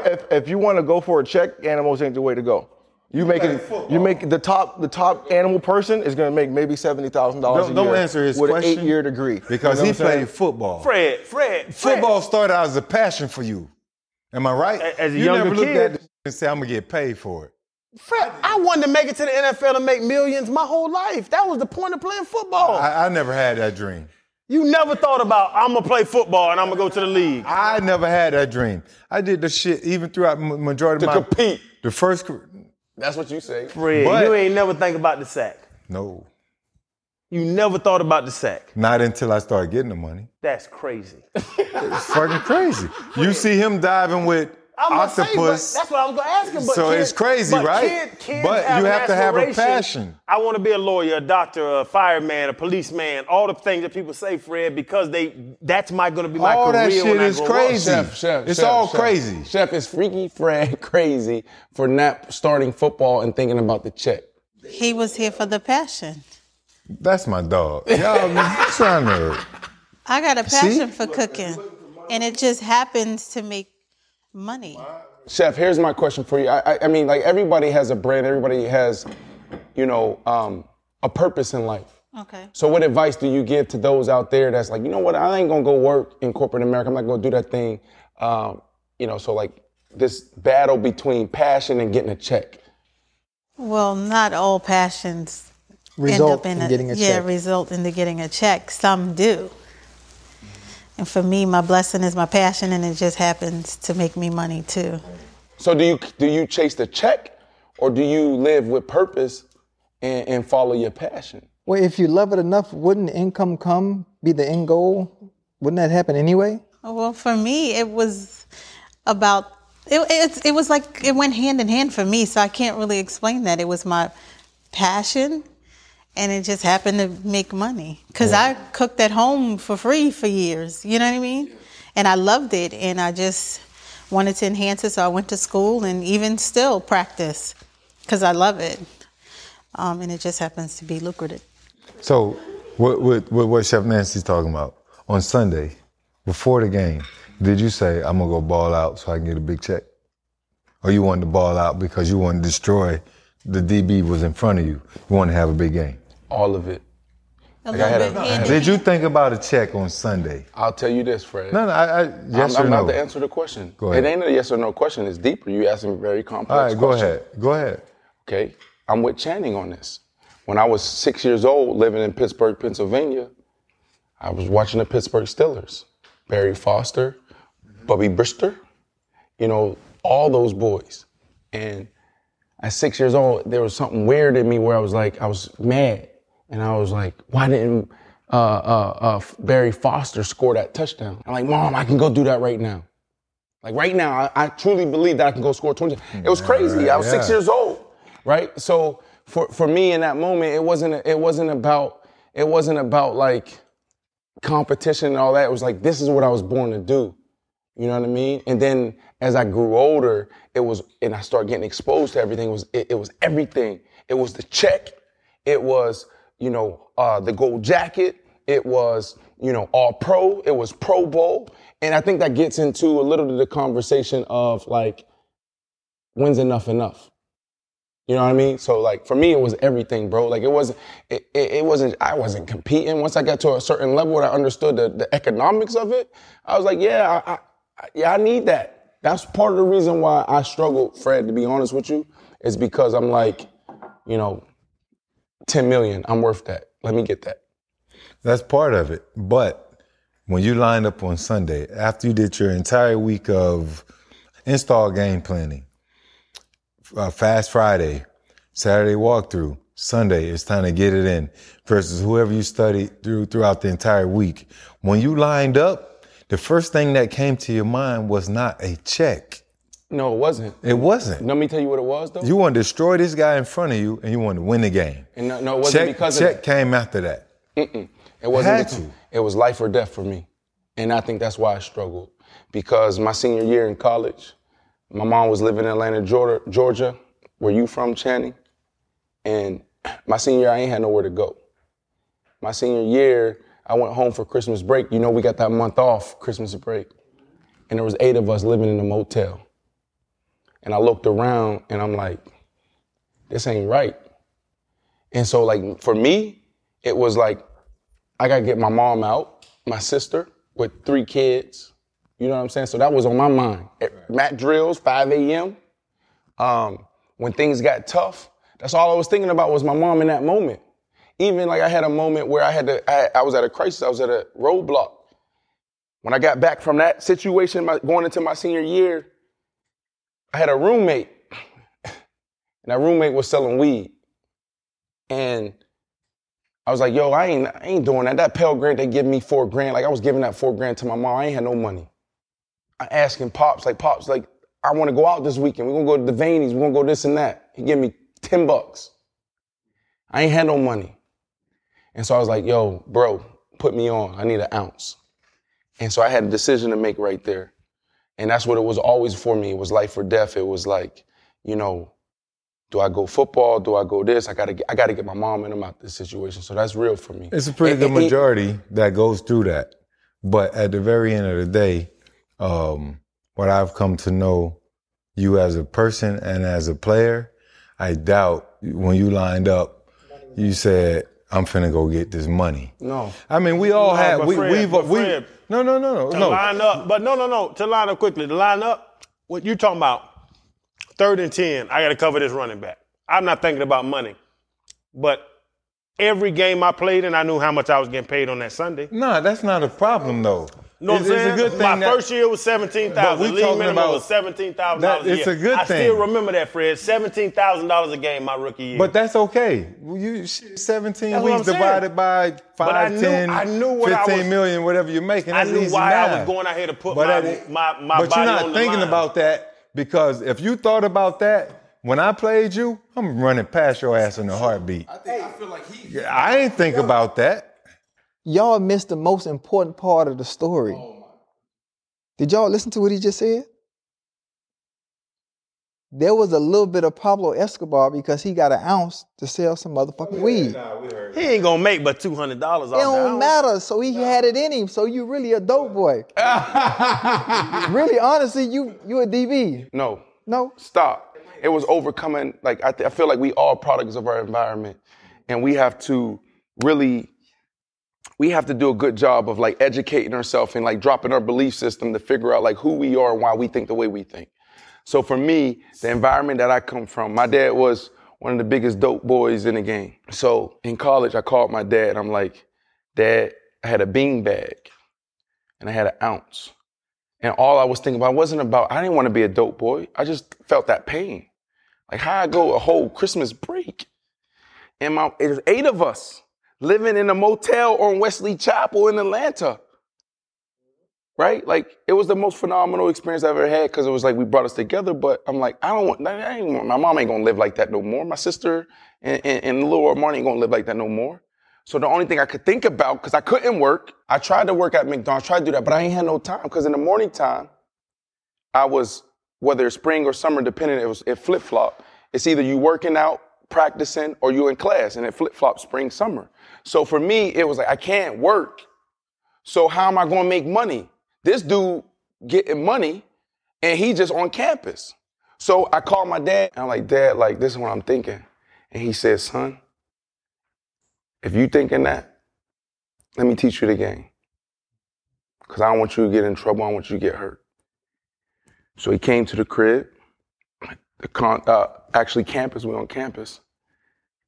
Speaker 6: if, if, if you want to go for a check, animals ain't the way to go. You make it. You make the top. The top animal person is gonna make maybe seventy thousand dollars a
Speaker 2: Don't,
Speaker 6: year.
Speaker 2: don't answer his
Speaker 6: with
Speaker 2: question.
Speaker 6: an eight-year degree
Speaker 2: Because
Speaker 6: You
Speaker 2: he
Speaker 6: know what I'm saying?
Speaker 2: played football.
Speaker 1: Fred, Fred, Fred.
Speaker 2: Football started out as a passion for you. Am I right?
Speaker 1: A- as a
Speaker 2: you
Speaker 1: younger
Speaker 2: never looked
Speaker 1: kid-
Speaker 2: at it and said, I'm going to get paid for it.
Speaker 1: Fred, I wanted to make it to the NFL and make millions my whole life. That was the point of playing football.
Speaker 2: I, I never had that dream.
Speaker 1: you never thought about I'm gonna play football and I'm gonna go to the league.
Speaker 2: I never had that dream. I did the shit even throughout ma- majority of my
Speaker 7: compete.
Speaker 2: The first, career-
Speaker 7: That's what you say.
Speaker 1: Fred,
Speaker 2: But-
Speaker 1: you ain't never think about the sack.
Speaker 2: no,
Speaker 1: You never thought about the sack.
Speaker 2: not until I started getting the money.
Speaker 1: That's crazy.
Speaker 2: It's fucking crazy. You see him diving with
Speaker 1: gonna say, but
Speaker 2: octopus.
Speaker 1: that's what I'm gonna ask him. But
Speaker 2: So
Speaker 1: kid-
Speaker 2: it's crazy,
Speaker 1: but
Speaker 2: right?
Speaker 1: Kid, kids
Speaker 2: But
Speaker 1: have
Speaker 2: you
Speaker 1: an
Speaker 2: have to have a
Speaker 1: aspiration.
Speaker 2: passion.
Speaker 1: I want to be a lawyer, a doctor, a fireman, a policeman. All the things that people say, Fred, because they that's my gonna be my
Speaker 2: all
Speaker 1: career.
Speaker 2: that shit
Speaker 1: when I
Speaker 2: is
Speaker 1: grow up.
Speaker 2: crazy.
Speaker 7: Chef, chef,
Speaker 2: it's
Speaker 7: chef,
Speaker 2: all
Speaker 7: chef.
Speaker 2: crazy.
Speaker 7: Chef is freaky Fred crazy for not starting football and thinking about the check.
Speaker 8: He was here for the passion.
Speaker 2: That's my dog. Y'all be trying to.
Speaker 8: I got a passion for cooking, and it just happens to make money.
Speaker 7: Chef, here's my question for you. I, I, I mean, like everybody has a brand, everybody has, you know, um, a purpose in life.
Speaker 8: Okay.
Speaker 7: So, what advice do you give to those out there that's like, you know what, I ain't gonna go work in corporate America. I'm not gonna do that thing. Um, you know, so like this battle between passion and getting a check.
Speaker 8: Well, not all passions
Speaker 4: Result
Speaker 8: end
Speaker 4: in
Speaker 8: up in,
Speaker 4: getting a
Speaker 8: yeah
Speaker 4: check.
Speaker 8: result into getting a check. Some do. And for me, my blessing is my passion, and it just happens to make me money too.
Speaker 7: So, do you do you chase the check, or do you live with purpose and, and follow your passion?
Speaker 4: Well, if you love it enough, wouldn't income come be the end goal? Wouldn't that happen anyway?
Speaker 8: Well, for me, it was about it. It, it was like it went hand in hand for me, so I can't really explain that. It was my passion, and it just happened to make money because I cooked at home for free for years. You know what I mean? And I loved it, and I just wanted to enhance it, so I went to school and even still practice because I love it, um, and it just happens to be lucrative.
Speaker 2: So, what, what, what, what Chef Nancy's talking about on Sunday, before the game, did you say, I'm going to go ball out so I can get a big check? Or you wanted to ball out because you wanted to destroy the DB was in front of you? You wanted to have a big game.
Speaker 7: All of it.
Speaker 8: A
Speaker 7: I had a-
Speaker 8: bit hand in
Speaker 2: Did you think about a check on Sunday?
Speaker 7: I'll tell you this, Fred.
Speaker 2: No, no, I, I yes
Speaker 7: I'm, I'm
Speaker 2: or
Speaker 7: not
Speaker 2: no.
Speaker 7: the answer to the question.
Speaker 2: Go ahead.
Speaker 7: It ain't a yes or no question. It's deeper. You asking very complex.
Speaker 2: All right, go
Speaker 7: questions.
Speaker 2: ahead. Go ahead.
Speaker 7: Okay, I'm with Channing on this. When I was six years old, living in Pittsburgh, Pennsylvania, I was watching the Pittsburgh Steelers, Barry Foster, Bubby Brister, you know, all those boys. And at six years old, there was something weird in me where I was like, I was mad, and I was like, why didn't uh, uh, uh, Barry Foster score that touchdown? I'm like, Mom, I can go do that right now. Like right now, I, I truly believe that I can go score 20. It was crazy. I was six
Speaker 2: Yeah.
Speaker 7: years old, right? So for for me in that moment, it wasn't it wasn't about it wasn't about like competition and all that. It was like this is what I was born to do. You know what I mean? And then as I grew older, it was and I started getting exposed to everything. It was it, it was everything. It was the check. It was you know uh, the gold jacket.
Speaker 6: It was, you know, all pro. It was Pro Bowl. And I think that gets into a little bit of the conversation of like, when's enough enough? You know what I mean? So like for me, it was everything, bro. Like it wasn't, it, it, it wasn't. I wasn't competing. Once I got to a certain level and I understood the, the economics of it, I was like, yeah, I, I, I- yeah, I need that. That's part of the reason why I struggled, Fred. To be honest with you, is because I'm like, you know, ten million. I'm worth that. Let me get that.
Speaker 2: That's part of it. But when you lined up on Sunday, after you did your entire week of install game planning, uh, Fast Friday, Saturday walkthrough, Sunday, it's time to get it in versus whoever you studied through throughout the entire week. When you lined up, the first thing that came to your mind was not a check.
Speaker 6: No, it wasn't.
Speaker 2: It wasn't.
Speaker 6: Let me tell you what it was though.
Speaker 2: You want to destroy this guy in front of you, and you want to win the game.
Speaker 6: And no, no, it wasn't
Speaker 2: check,
Speaker 6: because of
Speaker 2: check
Speaker 6: that.
Speaker 2: came after that.
Speaker 6: Mm-mm. It wasn't.
Speaker 2: Had
Speaker 6: the-
Speaker 2: to.
Speaker 6: It was life or death for me, and I think that's why I struggled. Because my senior year in college, my mom was living in Atlanta, Georgia. Georgia, where you from, Channing? And my senior year, I ain't had nowhere to go. My senior year, I went home for Christmas break. You know, we got that month off, Christmas break, and there was eight of us living in a motel. And I looked around, and I'm like, this ain't right. And so, like for me, it was like I gotta get my mom out, my sister with three kids. You know what I'm saying? So that was on my mind. At Mat drills, 5 a.m. Um, when things got tough, that's all I was thinking about was my mom in that moment. Even like I had a moment where I had to, I, I was at a crisis, I was at a roadblock. When I got back from that situation, my, going into my senior year, I had a roommate, and that roommate was selling weed. And I was like, yo, I ain't, I ain't doing that. That Pell Grant they give me four grand. Like I was giving that four grand to my mom. I ain't had no money. I asking pops, like pops, like I want to go out this weekend. We're gonna go to the Vaney's. We're gonna go this and that. He give me ten bucks. I ain't had no money, and so I was like, yo, bro, put me on. I need an ounce. And so I had a decision to make right there, and that's what it was always for me. It was life or death. It was like, you know, do I go football? Do I go this? I gotta get, I gotta get my mom and them out this situation. So that's real for me.
Speaker 2: It's a pretty
Speaker 6: It-
Speaker 2: good
Speaker 6: it- it-
Speaker 2: majority that goes through that. But at the very end of the day, um, what I've come to know you as a person and as a player, I doubt when you lined up, you said, I'm finna go get this money.
Speaker 6: No.
Speaker 2: I mean, we all
Speaker 1: No,
Speaker 2: had,
Speaker 1: but
Speaker 2: we,
Speaker 1: Fred,
Speaker 2: we've,
Speaker 1: but
Speaker 2: we,
Speaker 1: Fred.
Speaker 2: no, no, no, no,
Speaker 1: To
Speaker 2: no.
Speaker 1: line up, but no, no, no. To line up quickly, to line up. What you talking about? Third and ten. I got to cover this running back. I'm not thinking about money, but every game I played and I knew how much I was getting paid on that Sunday. You
Speaker 2: Nah, that's not a problem though.
Speaker 1: know what
Speaker 2: It's-
Speaker 1: I'm
Speaker 2: it's
Speaker 1: saying?
Speaker 2: a good thing
Speaker 1: My
Speaker 2: that-
Speaker 1: first year was seventeen
Speaker 2: But we
Speaker 1: thousand. League
Speaker 2: talking
Speaker 1: minimum
Speaker 2: about-
Speaker 1: was seventeen thousand
Speaker 2: That-
Speaker 1: dollars.
Speaker 2: it's a good
Speaker 1: I still
Speaker 2: thing.
Speaker 1: remember that, Fred. Seventeen thousand dollars a game my rookie year.
Speaker 2: But that's okay. You shit, 17
Speaker 1: That's what
Speaker 2: weeks
Speaker 1: I'm saying.
Speaker 2: divided by
Speaker 1: I
Speaker 2: 5,
Speaker 1: knew-
Speaker 2: 10,
Speaker 1: I knew what I
Speaker 2: 15
Speaker 1: was-
Speaker 2: million, whatever you're making.
Speaker 1: I
Speaker 2: That's
Speaker 1: knew
Speaker 2: easy
Speaker 1: why I
Speaker 2: math.
Speaker 1: was going out here to put
Speaker 2: But
Speaker 1: my,
Speaker 2: that-
Speaker 1: my my
Speaker 2: But
Speaker 1: body
Speaker 2: you're not
Speaker 1: on the
Speaker 2: thinking
Speaker 1: line.
Speaker 2: about that because if you thought about that when I played you, I'm running past your ass in a heartbeat. I think I feel like he. I ain't think about that.
Speaker 4: Y'all missed the most important part of the story. Did y'all listen to what he just said? There was a little bit of Pablo Escobar because he got an ounce to sell some motherfucking weed.
Speaker 1: He ain't gonna make but two hundred dollars off that.
Speaker 4: It don't matter. So he had it in him. So you really a dope boy. really, honestly, you you a DB.
Speaker 6: No.
Speaker 4: No.
Speaker 6: Stop. It was overcoming. Like I, th- I feel like we all products of our environment, and we have to really, we have to do a good job of like educating ourselves and like dropping our belief system to figure out like who we are and why we think the way we think. So for me, the environment that I come from, my dad was one of the biggest dope boys in the game. So in college, I called my dad. and I'm like, Dad, I had a bean bag, and I had an ounce. And all I was thinking about wasn't about, I didn't want to be a dope boy. I just felt that pain. Like, how I go a whole Christmas break. And my, it was eight of us living in a motel on Wesley Chapel in Atlanta. Right? Like, it was the most phenomenal experience I've ever had because it was like we brought us together. But I'm like, I don't want, I ain't, want- my mom ain't going to live like that no more. My sister and, and, and little Armani ain't going to live like that no more. So the only thing I could think about, because I couldn't work, I tried to work at McDonald's, tried to do that, but I ain't had no time. Because in the morning time, I was, whether it's spring or summer, depending, it was it flip flop. It's either you working out, practicing or you in class, and it flip flops spring summer. So for me, it was like I can't work. So how am I going to make money? This dude getting money, and he just on campus. So I called my dad, and I'm like, Dad, like this is what I'm thinking, and he said, Son, if you thinking that, let me teach you the game. Cause I don't want you to get in trouble. I don't want you to get hurt. So he came to the crib. The con- uh, actually campus. We on campus,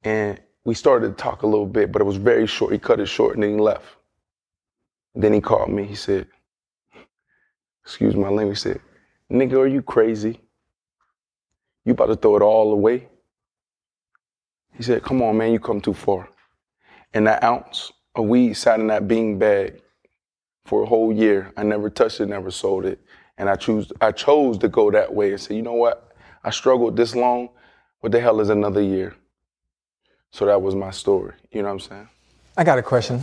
Speaker 6: and we started to talk a little bit, but it was very short. He cut it short and then he left. Then he called me. He said, "Excuse my language." He said, "Nigga, are you crazy? You about to throw it all away?" He said, "Come on, man, you come too far." And that ounce of weed sat in that bean bag for a whole year. I never touched it, never sold it. And I choose I chose to go that way and say, you know what? I struggled this long. What the hell is another year? So that was my story. You know what I'm saying?
Speaker 4: I got a question.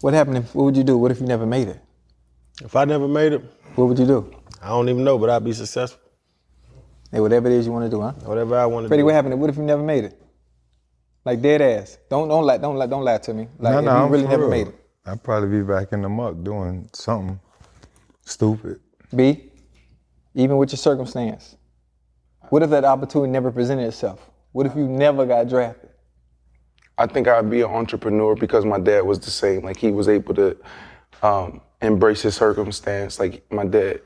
Speaker 4: What happened if, what would you do? What if you never made it?
Speaker 1: If I never made it,
Speaker 4: What would you do?
Speaker 1: I don't even know, but I'd be successful.
Speaker 4: Hey, whatever it is you want to do, huh?
Speaker 1: Whatever I want to
Speaker 4: Freddie,
Speaker 1: do.
Speaker 4: what happened? What if you never made it? Like dead ass. Don't don't lie. Don't lie. Don't lie to me. Like
Speaker 2: no,
Speaker 4: if
Speaker 2: no,
Speaker 4: you
Speaker 2: I'm
Speaker 4: really
Speaker 2: for
Speaker 4: never
Speaker 2: real.
Speaker 4: made it.
Speaker 2: I'd probably be back in the muck doing something stupid.
Speaker 4: B. Even with your circumstance. What if that opportunity never presented itself? What if you never got drafted?
Speaker 6: I think I'd be an entrepreneur because my dad was the same. Like he was able to um, embrace his circumstance. Like my dad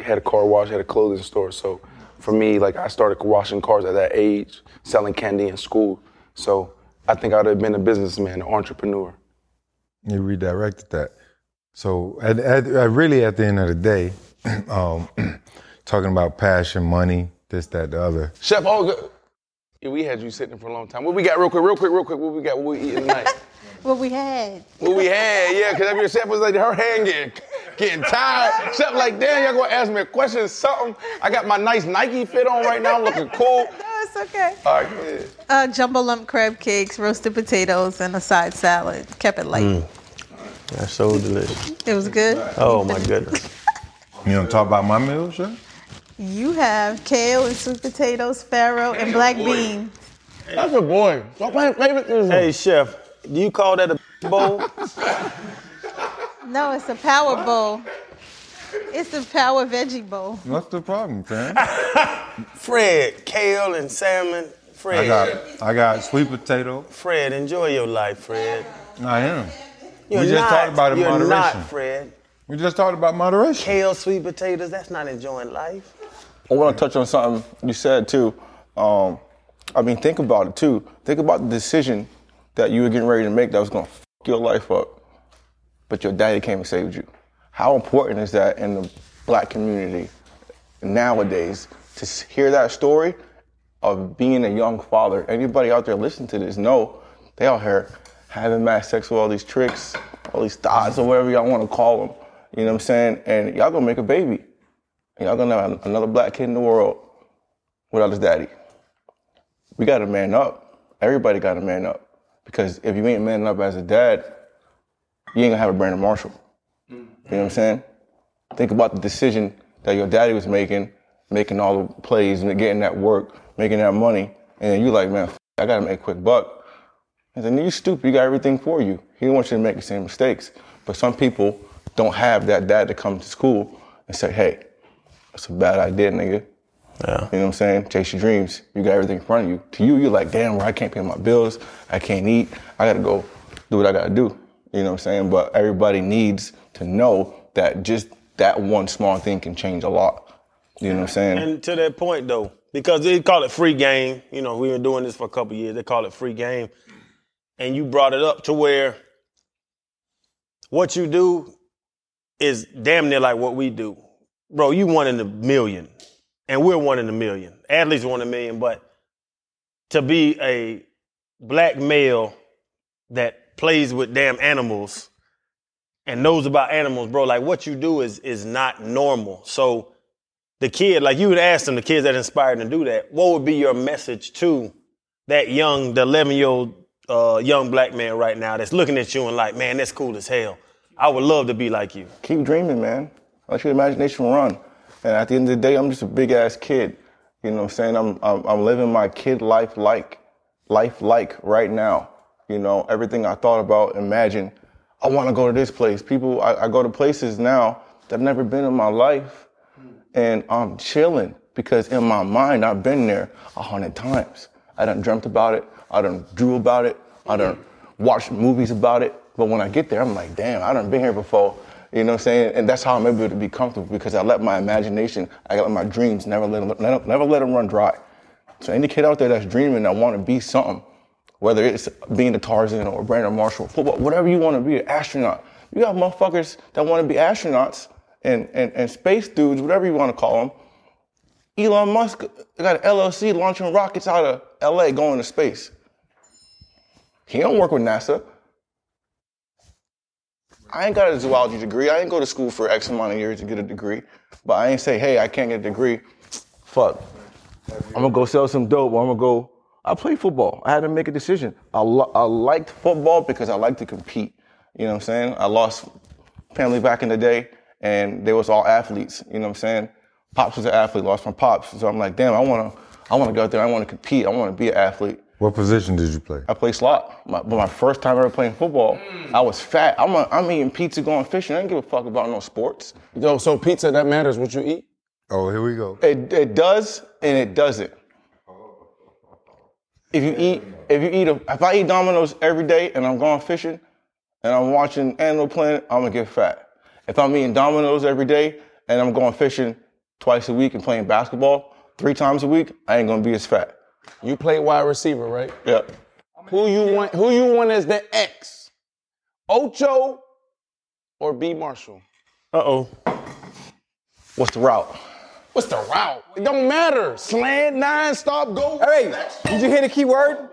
Speaker 6: had a car wash, had a clothing store. So for me, like I started washing cars at that age, selling candy in school. So I think I'd have been a businessman, an entrepreneur.
Speaker 2: You redirected that. So, at, at, at really, at the end of the day, um, talking about passion, money, this, that, the other.
Speaker 7: Chef Olga.
Speaker 6: Yeah, we had you sitting for a long time. What we got, real quick, real quick, real quick. What we got? What we eating tonight?
Speaker 8: What we had.
Speaker 7: What we had, yeah, because every chef was like, her hand getting, getting tired. Chef like, damn, y'all gonna ask me a question or something. I got my nice Nike fit on right now, I'm looking cool.
Speaker 8: No, it's okay.
Speaker 7: All right, go ahead.
Speaker 8: Uh, jumbo lump crab cakes, roasted potatoes, and a side salad. Kept it light.
Speaker 1: That's so Mm. delicious.
Speaker 8: It was good.
Speaker 1: Oh my goodness.
Speaker 2: You don't talk about my meals, sir?
Speaker 8: You have kale and sweet potatoes, farro, and black beans.
Speaker 7: That's a boy. What's my favorite is
Speaker 1: hey chef, do you call that a bowl?
Speaker 8: No, it's a power bowl. It's a power veggie bowl.
Speaker 2: What's the problem, fam?
Speaker 1: Fred, kale and salmon. Fred,
Speaker 2: I got, I got sweet potato.
Speaker 1: Fred, enjoy your life, Fred.
Speaker 2: I am.
Speaker 1: You're
Speaker 2: we just
Speaker 1: not,
Speaker 2: talked about it
Speaker 1: you're
Speaker 2: moderation.
Speaker 1: not, Fred.
Speaker 2: we just talked about moderation.
Speaker 1: Kale, sweet potatoes. That's not enjoying life.
Speaker 5: I want to touch on something you said too. Um, I mean, think about it too. Think about the decision that you were getting ready to make that was going to fuck your life up, but your daddy came and saved you. How important is that in the black community nowadays to s- hear that story of being a young father? Anybody out there listening to this know they out here having mad sex with all these tricks, all these thoughts, or whatever y'all want to call them. You know what I'm saying? And y'all gonna make a baby. And y'all gonna have another black kid in the world without his daddy. We gotta man up. Everybody gotta man up. Because if you ain't man up as a dad, you ain't gonna have a Brandon Marshall. You know what I'm saying? Think about the decision that your daddy was making, making all the plays and getting that work, making that money, and then you like, man, f- I gotta make a quick buck. And then you stupid, you got everything for you. He don't want you to make the same mistakes. But some people don't have that dad to come to school and say, hey, that's a bad idea, nigga.
Speaker 1: Yeah.
Speaker 5: You know what I'm saying? Chase your dreams. You got everything in front of you. To you, you're like, damn, bro, I can't pay my bills. I can't eat. I gotta go do what I gotta do. You know what I'm saying? But everybody needs to know that just that one small thing can change a lot. You know what I'm saying?
Speaker 1: And to that point though, because they call it free game. You know, we've been doing this for a couple years. They call it free game, and you brought it up to where what you do is damn near like what we do, bro. You one in a million, and we're one in a million. Athletes one in a million, but to be a black male that plays with damn animals and knows about animals, bro, like what you do is is not normal. So the kid, like you would ask them, the kids that inspired them to do that, what would be your message to that young, the 11 year old uh, young black man right now that's looking at you and like, man, that's cool as hell. I would love to be like you.
Speaker 5: keep dreaming, man. Let your imagination run. And at the end of the day, I'm just a big ass kid. You You know what I'm saying? I'm, I'm, I'm living my kid life like, life like right now. You know, everything I thought about, imagine, I want to go to this place. People, I, I go to places now that I've never been in my life and I'm chilling because in my mind I've been there a hundred times. I done dreamt about it. I done drew about it. I done watched movies about it. But when I get there, I'm like, damn, I done been here before. You know what I'm saying? And that's how I'm able to be comfortable because I let my imagination, I let my dreams never let them, never let them run dry. So any kid out there that's dreaming that want to be something, whether it's being a Tarzan or Brandon Marshall, football, whatever you want to be, an astronaut. You got motherfuckers that want to be astronauts and, and, and space dudes, whatever you want to call them. Elon Musk got an LLC launching rockets out of LA going to space. He don't work with NASA. I ain't got a zoology degree. I ain't go to school for X amount of years to get a degree. But I ain't say, hey, I can't get a degree. Fuck. I'm gonna go sell some dope. Or I'm gonna go. I play football. I had to make a decision. I, lo- I liked football because I like to compete. You know what I'm saying? I lost family back in the day, and they was all athletes. You know what I'm saying? Pops was an athlete. Lost my pops, so I'm like, damn, I wanna, I wanna go out there. I wanna compete. I wanna be an athlete.
Speaker 2: What position did you play?
Speaker 5: I play slot. My, but my first time ever playing football, I was fat. I'm, a, I'm eating pizza, going fishing. I didn't give a fuck about no sports.
Speaker 7: Yo, so pizza, that matters what you eat?
Speaker 2: Oh, here we go.
Speaker 5: It, it does and it doesn't. If you eat, if you eat, a, if I eat Domino's every day and I'm going fishing, and I'm watching Animal Planet, I'm gonna get fat. If I'm eating Domino's every day and I'm going fishing twice a week and playing basketball three times a week, I ain't gonna be as fat.
Speaker 7: You play wide receiver, right?
Speaker 5: Yep.
Speaker 7: Who you want? Who you want as the X? Ocho or B Marshall?
Speaker 5: Uh oh. What's the route?
Speaker 7: What's the route? It don't matter. Slant, nine, stop, go.
Speaker 4: Hey, did you hear the key word?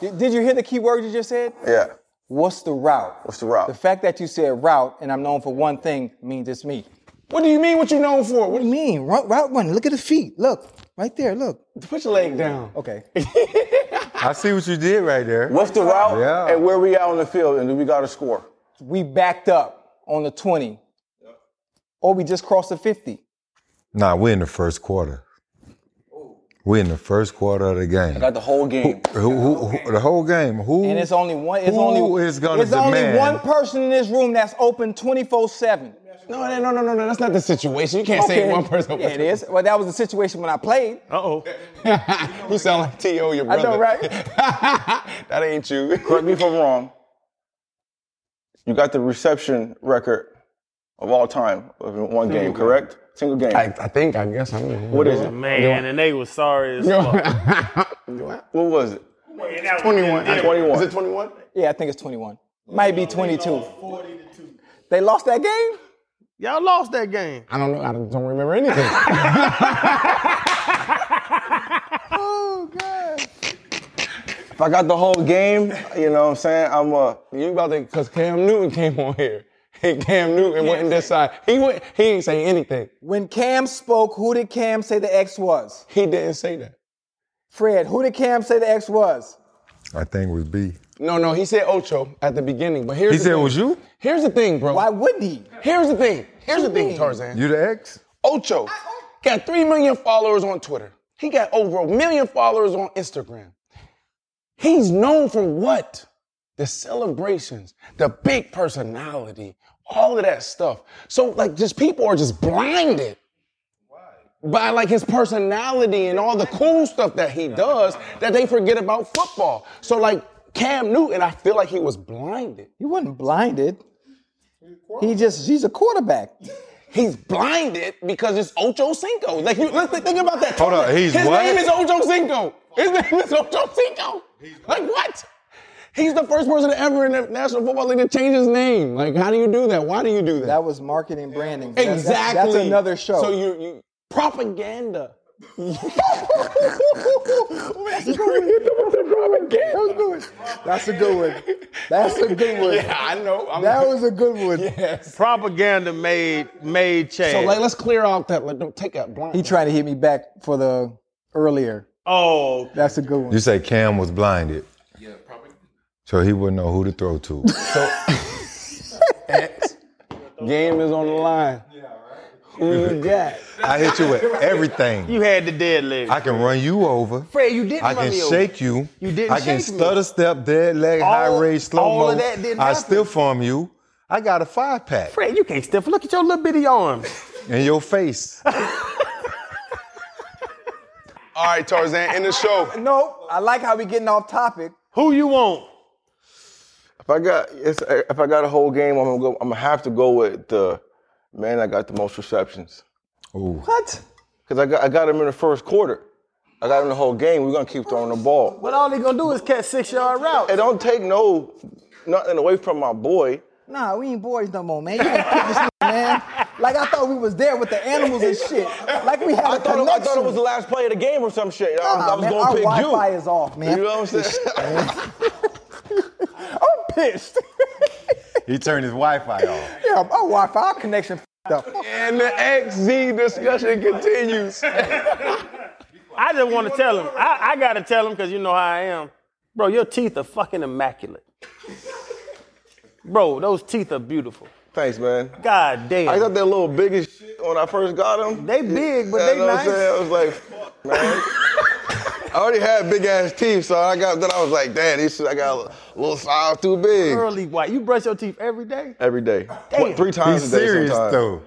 Speaker 4: Did- Did you hear the key word you just said?
Speaker 5: Yeah.
Speaker 4: What's the route?
Speaker 5: What's the route?
Speaker 4: The fact that you said route and I'm known for one thing means it's me.
Speaker 7: What do you mean? What you known for?
Speaker 4: What do you mean? Route, route one. Look at the feet. Look. Right there. Look.
Speaker 7: Put your leg down.
Speaker 4: Okay.
Speaker 2: I see what you did right there.
Speaker 5: What's the route?
Speaker 2: Yeah.
Speaker 5: And where we at on the field? And do we got to score?
Speaker 4: we backed up on the 20. Or we just crossed the 50.
Speaker 2: Nah, we're in the first quarter. We're in the first quarter of the game.
Speaker 5: Got the whole game.
Speaker 2: Who, who, who, the whole game. Who?
Speaker 4: And it's only one. It's
Speaker 2: who
Speaker 4: only.
Speaker 2: is gonna
Speaker 4: it's only
Speaker 2: demand-
Speaker 4: one person in this room that's open 24 seven.
Speaker 7: No, that- no, no, no, no. That's not the situation. You can't say one person.
Speaker 4: Yeah, it is. Well, that was the situation when I played.
Speaker 7: you sound like T.O. Your brother.
Speaker 4: know, right?
Speaker 7: that ain't you.
Speaker 5: Correct me if I'm wrong. You got the reception record of all time of one game, correct? Single game.
Speaker 7: I, I think. I guess. I don't know.
Speaker 5: What is it?
Speaker 1: Man, and they was sorry as fuck.
Speaker 5: What was it?
Speaker 1: And that was
Speaker 7: 21.
Speaker 1: different.
Speaker 5: 21.
Speaker 7: Is it 21?
Speaker 4: Yeah, I think it's 21. Might be 22. They lost that game.
Speaker 1: Y'all lost that game.
Speaker 7: I don't know. I don't, don't remember anything.
Speaker 5: If I got the whole game, you know what I'm saying? I'm uh
Speaker 7: You about to, cause Cam Newton came on here. And Cam Newton went in this side. He went, he ain't say anything.
Speaker 4: When Cam spoke, who did Cam say the X was?
Speaker 7: He didn't say that.
Speaker 4: Fred, who did Cam say the X was?
Speaker 2: I think it was B.
Speaker 7: No, no, he said Ocho at the beginning. But here's
Speaker 2: He
Speaker 7: the
Speaker 2: said it
Speaker 7: thing.
Speaker 2: was you?
Speaker 7: Here's the thing, bro.
Speaker 4: Why wouldn't he?
Speaker 7: Here's the thing. Here's the thing, Tarzan.
Speaker 2: You the ex?
Speaker 7: Ocho got three million followers on Twitter. He got over a million followers on Instagram. He's known for what? The celebrations, the big personality, all of that stuff. So like, just people are just blinded by like his personality and all the cool stuff that he does that they forget about football. So like Cam Newton, I feel like he was blinded.
Speaker 4: He wasn't blinded. He just he's a quarterback.
Speaker 7: He's blinded because it's Ocho Cinco. Like you, let's think about that.
Speaker 2: Hold on, he's
Speaker 7: his
Speaker 2: what?
Speaker 7: name is Ocho Cinco. His name is Ocho Cinco. Like what? He's the first person ever in the National Football League to change his name. Like how do you do that? Why do you do that?
Speaker 4: That was marketing branding. That's-
Speaker 7: exactly.
Speaker 4: that's- That's, another show.
Speaker 7: So you, you propaganda.
Speaker 4: that's, a good one. that's a good one. That's a good one.
Speaker 7: Yeah, I know. I'm-
Speaker 4: That was a good one.
Speaker 7: Yes.
Speaker 1: Propaganda made made change.
Speaker 7: So like, let's clear out that. Like, don't take that blind.
Speaker 4: He tried to hit me back for the earlier.
Speaker 1: oh,
Speaker 4: That's a good one.
Speaker 2: You say Cam was blinded. Yeah, probably. So he wouldn't know who to throw to.
Speaker 7: Game is on the line.
Speaker 4: Who that?
Speaker 2: I hit you with everything.
Speaker 1: You had the dead leg.
Speaker 2: I can run you over.
Speaker 1: Fred, you didn't
Speaker 2: I can
Speaker 1: run me over.
Speaker 2: shake you.
Speaker 1: You didn't
Speaker 2: I can
Speaker 1: shake me.
Speaker 2: stutter step, dead leg, high
Speaker 1: All-
Speaker 2: race, slow mo.
Speaker 1: all of that didn't
Speaker 2: I
Speaker 1: happen.
Speaker 2: stiff farm you. I got a five pack
Speaker 1: Fred, you can't stiff. Look at your little bitty arms.
Speaker 2: in your face.
Speaker 5: All right, Tarzan, end the show.
Speaker 4: No, I like how we getting off topic.
Speaker 1: Who you want?
Speaker 5: If I got it's, if I got a whole game, I'm gonna go. I'm gonna have to go with the man that got the most receptions
Speaker 4: What?
Speaker 5: because I got I got him in the first quarter. I got him the whole game. We're gonna keep throwing the ball.
Speaker 1: But all they gonna do is catch six yard routes.
Speaker 5: It don't take no nothing away from my boy.
Speaker 4: Nah, we ain't boys no more, man. You gotta kick this shit, man. Like I thought we was there with the animals and shit. Like we had a
Speaker 5: I thought, it,
Speaker 4: connection.
Speaker 5: I thought it was the last play of the game or some shit. I, I
Speaker 4: Nah,
Speaker 5: was
Speaker 4: man,
Speaker 5: gonna
Speaker 4: our
Speaker 5: pick
Speaker 4: Wi-Fi
Speaker 5: you.
Speaker 4: is off, man.
Speaker 5: You know what I'm saying?
Speaker 4: I'm pissed.
Speaker 2: he turned his Wi-Fi off.
Speaker 4: yeah, our Wi-Fi, our connection f***ed up.
Speaker 5: and the XZ discussion continues.
Speaker 1: I just want to tell him. I, I gotta tell him because you know how I am, bro. Your teeth are fucking immaculate, bro. Those teeth are beautiful.
Speaker 5: Thanks, man.
Speaker 1: God damn.
Speaker 5: I got that little big as shit when I first got them.
Speaker 1: They big, but they
Speaker 5: know
Speaker 1: nice.
Speaker 5: What I'm saying? I was like, fuck, man. I already had big ass teeth, so I got. Then I was like, damn, these shit, I got a little size too big.
Speaker 1: Early white. You brush your teeth every day?
Speaker 5: Every day, What, three times
Speaker 2: He's
Speaker 5: a day.
Speaker 2: serious
Speaker 5: sometimes.
Speaker 2: though.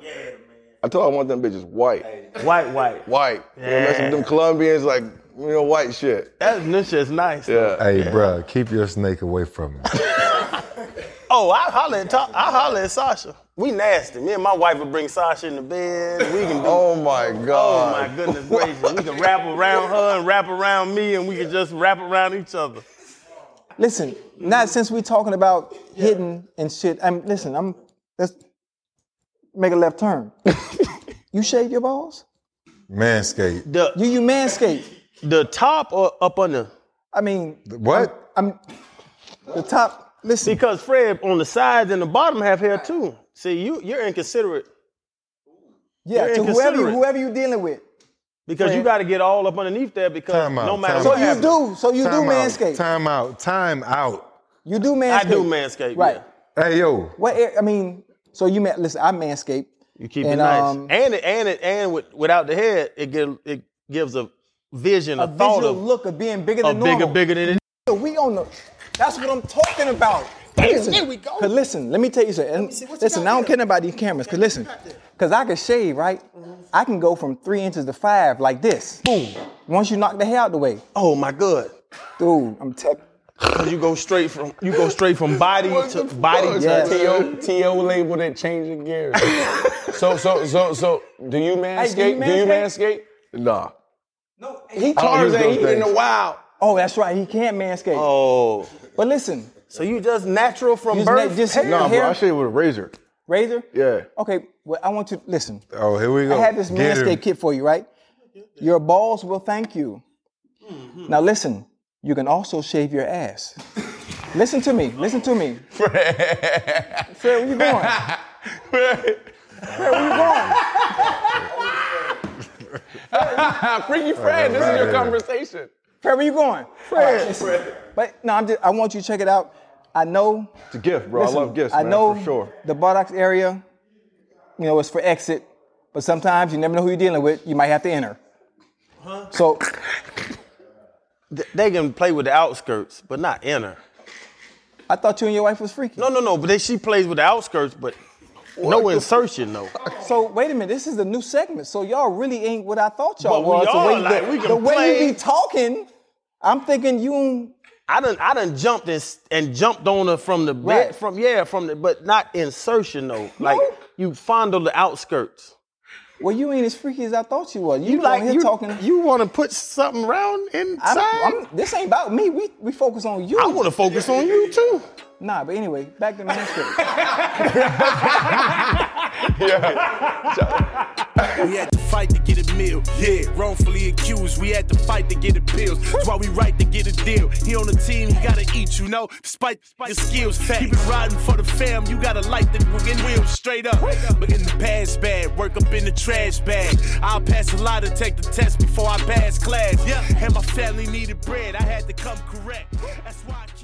Speaker 5: I told her I want them bitches white,
Speaker 1: White, white.
Speaker 5: white. You know, that's them Colombians like you know white shit.
Speaker 1: That this shit's nice.
Speaker 5: Yeah.
Speaker 2: Hey, bruh, keep your snake away from me.
Speaker 1: Oh, I holler at Ta- I holler at Sasha. We nasty. Me and my wife would bring Sasha in the bed. We can do.
Speaker 5: Oh my
Speaker 1: Oh
Speaker 5: god.
Speaker 1: my goodness gracious. We can wrap around her and wrap around me, and we can just wrap around each other.
Speaker 4: Listen, not since we talking about hidden and shit. I'm listen. I'm let's make a left turn. you shave your balls?
Speaker 2: Manscaped.
Speaker 4: Do you manscape?
Speaker 1: The top or up under?
Speaker 4: I mean,
Speaker 2: What?
Speaker 4: I'm the top. Listen,
Speaker 1: Because Fred on the sides and the bottom have hair too. See, you you're inconsiderate
Speaker 4: yeah,
Speaker 1: you're
Speaker 4: to whoever you,
Speaker 1: inconsiderate.
Speaker 4: whoever you dealing with.
Speaker 1: because you
Speaker 4: Fred.
Speaker 1: got to get all up underneath there because
Speaker 2: Time out,
Speaker 1: no matter
Speaker 2: time
Speaker 4: So
Speaker 1: what
Speaker 2: out.
Speaker 4: you
Speaker 1: happens,
Speaker 4: do. So you do
Speaker 2: out.
Speaker 4: manscape.
Speaker 2: Time out. Time out.
Speaker 4: You do manscape.
Speaker 1: I do manscape.
Speaker 4: Right.
Speaker 1: yeah.
Speaker 2: Hey, yo.
Speaker 4: What area- I mean, so you man, listen, I manscape.
Speaker 1: You keep it
Speaker 4: And,
Speaker 1: nice,
Speaker 4: um,
Speaker 1: and it, and it, and with, without the head, it give, it gives a vision, a,
Speaker 4: A
Speaker 1: thought
Speaker 4: visual
Speaker 1: of
Speaker 4: look of being bigger
Speaker 1: a
Speaker 4: than normal.
Speaker 1: bigger, bigger than it.
Speaker 4: So We on the. That's what I'm talking about. Listen,
Speaker 1: here we go.
Speaker 4: Cause listen, let me tell you something. And listen, I don't care about these cameras. Cause listen, cause I can shave, right? I can go from three inches to five like this. Boom. Once you knock the hair out the way,
Speaker 1: Oh my god!
Speaker 4: dude, I'm tech.
Speaker 1: Because you go straight from you go straight from body to body.
Speaker 4: Yes.
Speaker 7: T.O. T.O. labeled it changing gears. so so so so do you manscape?
Speaker 4: do you
Speaker 7: do you
Speaker 4: manscape?
Speaker 7: manscape?
Speaker 5: Nah.
Speaker 7: He
Speaker 5: use
Speaker 7: Tarzan,
Speaker 5: those
Speaker 7: he in the
Speaker 5: things.
Speaker 7: wild.
Speaker 4: Oh, that's right. He can't manscape.
Speaker 1: Oh,
Speaker 4: But listen,
Speaker 1: so you just natural from
Speaker 4: Just
Speaker 1: birth?
Speaker 4: na- just-
Speaker 1: Hey,
Speaker 5: Nah,
Speaker 4: Hair?
Speaker 5: bro. I shave with a razor.
Speaker 4: razor.
Speaker 5: Yeah.
Speaker 4: Okay. Well, I want you listen.
Speaker 2: Oh, here we go.
Speaker 4: I have this
Speaker 2: Get him.
Speaker 4: manscape kit for you, right? Your balls will thank you. Now listen, you can also shave your ass. listen to me. Listen to me. Fred, where you going? Fred, where you going?
Speaker 7: Freaky Fred, this is your conversation.
Speaker 4: Fred, where you going? Fred. But no, I'm just, I want you to check it out. I know.
Speaker 5: It's a gift, bro.
Speaker 4: listen,
Speaker 5: I love gifts,
Speaker 4: I
Speaker 5: man,
Speaker 4: know
Speaker 5: for sure.
Speaker 4: the buttocks area. You know, it's for exit, but sometimes you never know who you're dealing with. You might have to enter. So
Speaker 1: th- they can play with the outskirts, but not inner.
Speaker 4: I thought you and your wife was freaky.
Speaker 1: No, no, no. But they, she plays with the outskirts, but no insertion though.
Speaker 4: So wait a minute, this is the new segment. So y'all really ain't what I thought
Speaker 1: But
Speaker 4: y'all
Speaker 1: we
Speaker 4: was. the
Speaker 1: are,
Speaker 4: way, you-
Speaker 1: like, we
Speaker 4: the
Speaker 1: can
Speaker 4: way you
Speaker 1: play.
Speaker 4: be talking, I'm thinking you. don't-
Speaker 1: I done I done jumped and, s- and jumped on her from the bed
Speaker 4: Right.
Speaker 1: from yeah from the but not insertion though like you fondle the outskirts.
Speaker 4: Well, you ain't as freaky as I thought you was. You,
Speaker 1: You
Speaker 4: on
Speaker 1: like
Speaker 4: here
Speaker 1: you
Speaker 4: talking.
Speaker 1: you want to put something round
Speaker 4: I
Speaker 1: inside.
Speaker 4: don't-
Speaker 1: i
Speaker 4: I'm- this ain't about me. We we focus on you.
Speaker 1: want to focus on you too.
Speaker 4: Nah, but anyway, back to manscaped.
Speaker 3: We had to fight to get a meal. Yeah, wrongfully accused. We had to fight to get the pills. That's why we right to get a deal. He on the team, he gotta eat, you know. Spike the skills. Keep it riding for the fam. You gotta light the wiggin' wheels straight up. But in the past bag, work up in the trash bag. I'll pass a lot to take the test before I pass class. Yeah, and my family needed bread. I had to come correct. That's why. I-